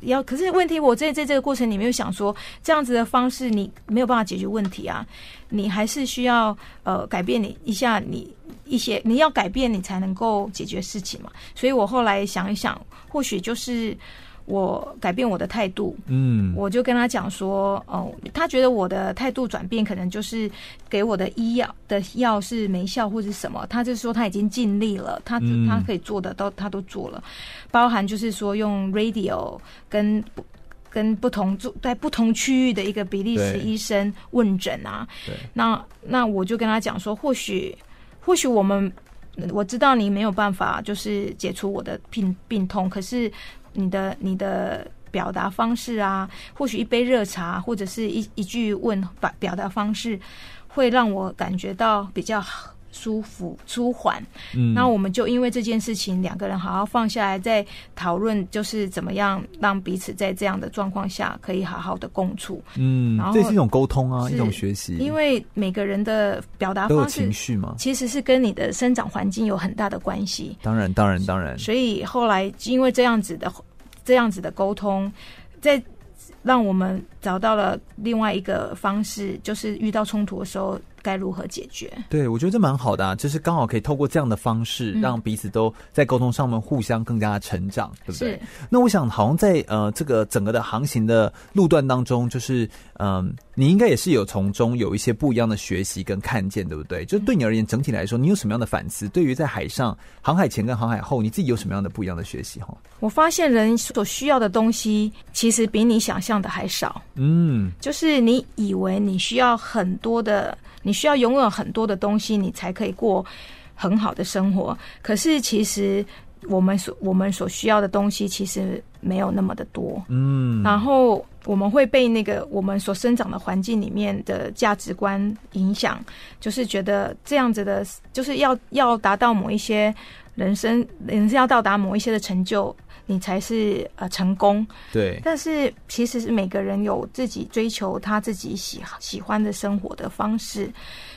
S3: 要，可是问题我在在这个过程里面又想说，这样子的方式你没有办法解决问题啊，你还是需要呃改变你一下你一些，你要改变你才能够解决事情嘛。所以我后来想一想，或许就是我改变我的态度，
S2: 嗯，
S3: 我就跟他讲说，哦，他觉得我的态度转变可能就是给我的医药的药是没效或者什么，他就说他已经尽力了，他、
S12: 嗯
S3: 他可以做的都他都做了，包含就是说用 radio 跟不跟不同住在不同区域的一个比利时
S12: 对
S3: 医生问诊啊，
S2: 对，
S3: 那那我就跟他讲说，或许或许我们我知道你没有办法就是解除我的病病痛，可是你的你的表达方式啊，或许一杯热茶或者是一一句问表表达方式，会让我感觉到比较舒服舒缓。
S12: 嗯
S3: 那我们就因为这件事情，两个人好好放下来，再讨论就是怎么样让彼此在这样的状况下可以好好的共处。
S2: 嗯
S3: 然，后
S2: 这是一种沟通啊，
S3: 是
S2: 一种学习，
S3: 因为每个人的表达
S2: 都有
S3: 方式
S2: 情绪嘛。
S3: 其实是跟你的生长环境有很大的关系。
S2: 当然，当然，当然，
S3: 所以后来因为这样子的这样子的沟通，在让我们找到了另外一个方式，就是遇到冲突的时候，该如何解决。
S2: 对，我觉得这蛮好的啊，就是刚好可以透过这样的方式，
S3: 嗯
S2: 让彼此都在沟通上面互相更加成长，对不对
S3: 是？
S2: 那我想，好像在呃这个整个的航行的路段当中，就是嗯、你应该也是有从中有一些不一样的学习跟看见，对不对？
S3: 嗯
S2: 就对你而言，整体来说，你有什么样的反思？对于在海上航海前跟航海后，你自己有什么样的不一样的学习？哈，
S3: 我发现人所需要的东西，其实比你想象的还少。
S2: 嗯，
S3: 就是你以为你需要很多的，你需要拥有很多的东西，你才可以过很好的生活。可是其实我们所我们所需要的东西，其实没有那么的多。
S2: 嗯，
S3: 然后我们会被那个我们所生长的环境里面的价值观影响，就是觉得这样子的，就是要要达到某一些人生，人生要到达某一些的成就，你才是呃成功。
S2: 对，
S3: 但是其实是每个人有自己追求他自己喜喜欢的生活的方式，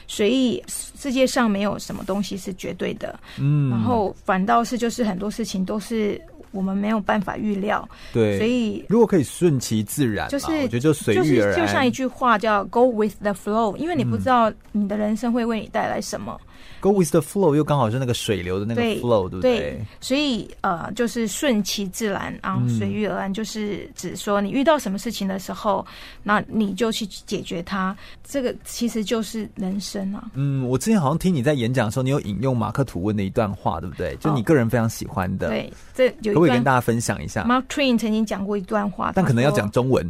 S3: 所以世界上没有什么东西是绝对的。
S2: 嗯
S3: 然后反倒是就是很多事情都是我们没有办法预料，
S2: 对，
S3: 所以
S2: 如果可以顺其自然啦，
S3: 就是
S2: 我觉得就随
S3: 就是
S2: 遇而安，嗯
S3: 就像一句话叫 “Go with the flow”，因为你不知道你的人生会为你带来什么。
S2: Go with the flow 又刚好是那个水流的那个
S3: 对
S2: flow，对不对？
S3: 所以呃，就是顺其自然啊
S2: 嗯，
S3: 随遇而安，就是指说你遇到什么事情的时候，那你就去解决它。这个其实就是人生啊。
S2: 嗯，我之前好像听你在演讲的时候，你有引用马克吐温的一段话，对不对？就你个人非常喜欢的，
S3: 哦对，，这有
S2: 可不可以
S3: 一
S2: 跟
S3: 段
S2: 大家分享一下？
S3: Mark Twain 曾经讲过一段话，
S2: 但
S3: 他
S2: 可能要
S3: 说
S2: 讲中文，。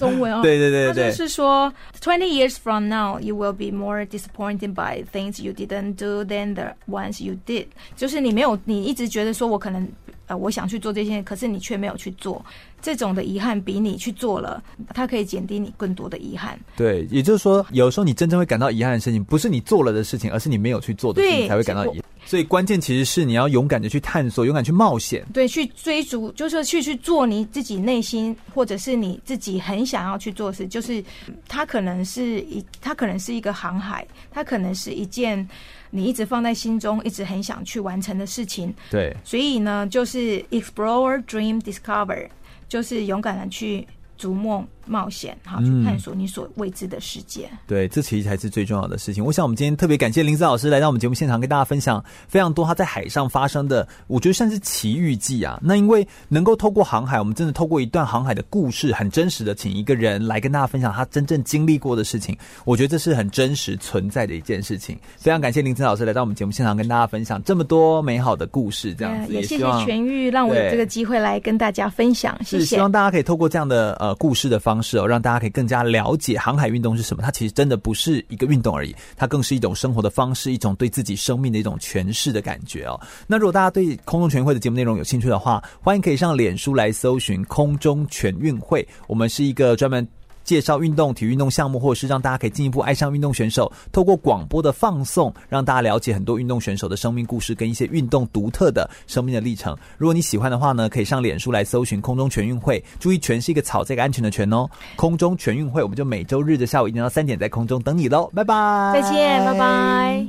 S3: 中文
S2: [LAUGHS]
S3: 哦
S2: 对对对对
S3: 他就是说，twenty years from now, you will be more disappointed by things you didn't do than the ones you did。就是你没有，你一直觉得说我可能呃我想去做这些，可是你却没有去做，这种的遗憾比你去做了，它可以减低你更多的遗憾。
S2: 对，也就是说，有时候你真正会感到遗憾的事情，不是你做了的事情，而是你没有去做的事情
S3: 对
S2: 才会感到
S3: 结
S2: 遗
S3: 果
S2: 憾。所以关键其实是你要勇敢的去探索，勇敢去冒险。
S3: 对，去追逐，就是去去做你自己内心或者是你自己很想要去做的事，就是嗯它可能是一，它可能是一个航海，它可能是一件你一直放在心中，一直很想去完成的事情。
S2: 对，
S3: 所以呢，就是 explore, dream, discover，就是勇敢的去逐梦冒险，好去
S2: 嗯
S3: 探索你所未知的世界。
S2: 对，这其实才是最重要的事情。我想我们今天特别感谢林子老师来到我们节目现场，跟大家分享非常多他在海上发生的，我觉得算是奇遇记啊。那因为能够透过航海，我们真的透过一段航海的故事，很真实的，请一个人来跟大家分享他真正经历过的事情，我觉得这是很真实存在的一件事情。非常感谢林子老师来到我们节目现场，跟大家分享这么多美好的故事，这样
S3: 呃
S2: 子
S3: 也谢
S2: 希
S3: 谢
S2: 望
S3: 全玉让我有
S2: 对
S3: 这个机会来跟大家分享，谢
S2: 是
S3: 谢
S2: 希。望大家可以透过这样的呃故事的方式哦，让大家可以更加了解航海运动是什么。它其实真的不是一个运动而已，它更是一种生活的方式，一种对自己生命的一种诠释的感觉哦。那如果大家对空中全运会的节目内容有兴趣的话，欢迎可以上脸书来搜寻“空中全运会”，我们是一个专门。介绍运动、体育运动项目，或者是让大家可以进一步爱上运动选手。透过广播的放送，让大家了解很多运动选手的生命故事跟一些运动独特的生命的历程。如果你喜欢的话呢，可以上脸书来搜寻“空中全运会”，注意“全”是一个草这个安全的“全”哦。空中全运会，我们就每周日的下午一点到三点在空中等你喽，拜拜，
S3: 再见，拜拜。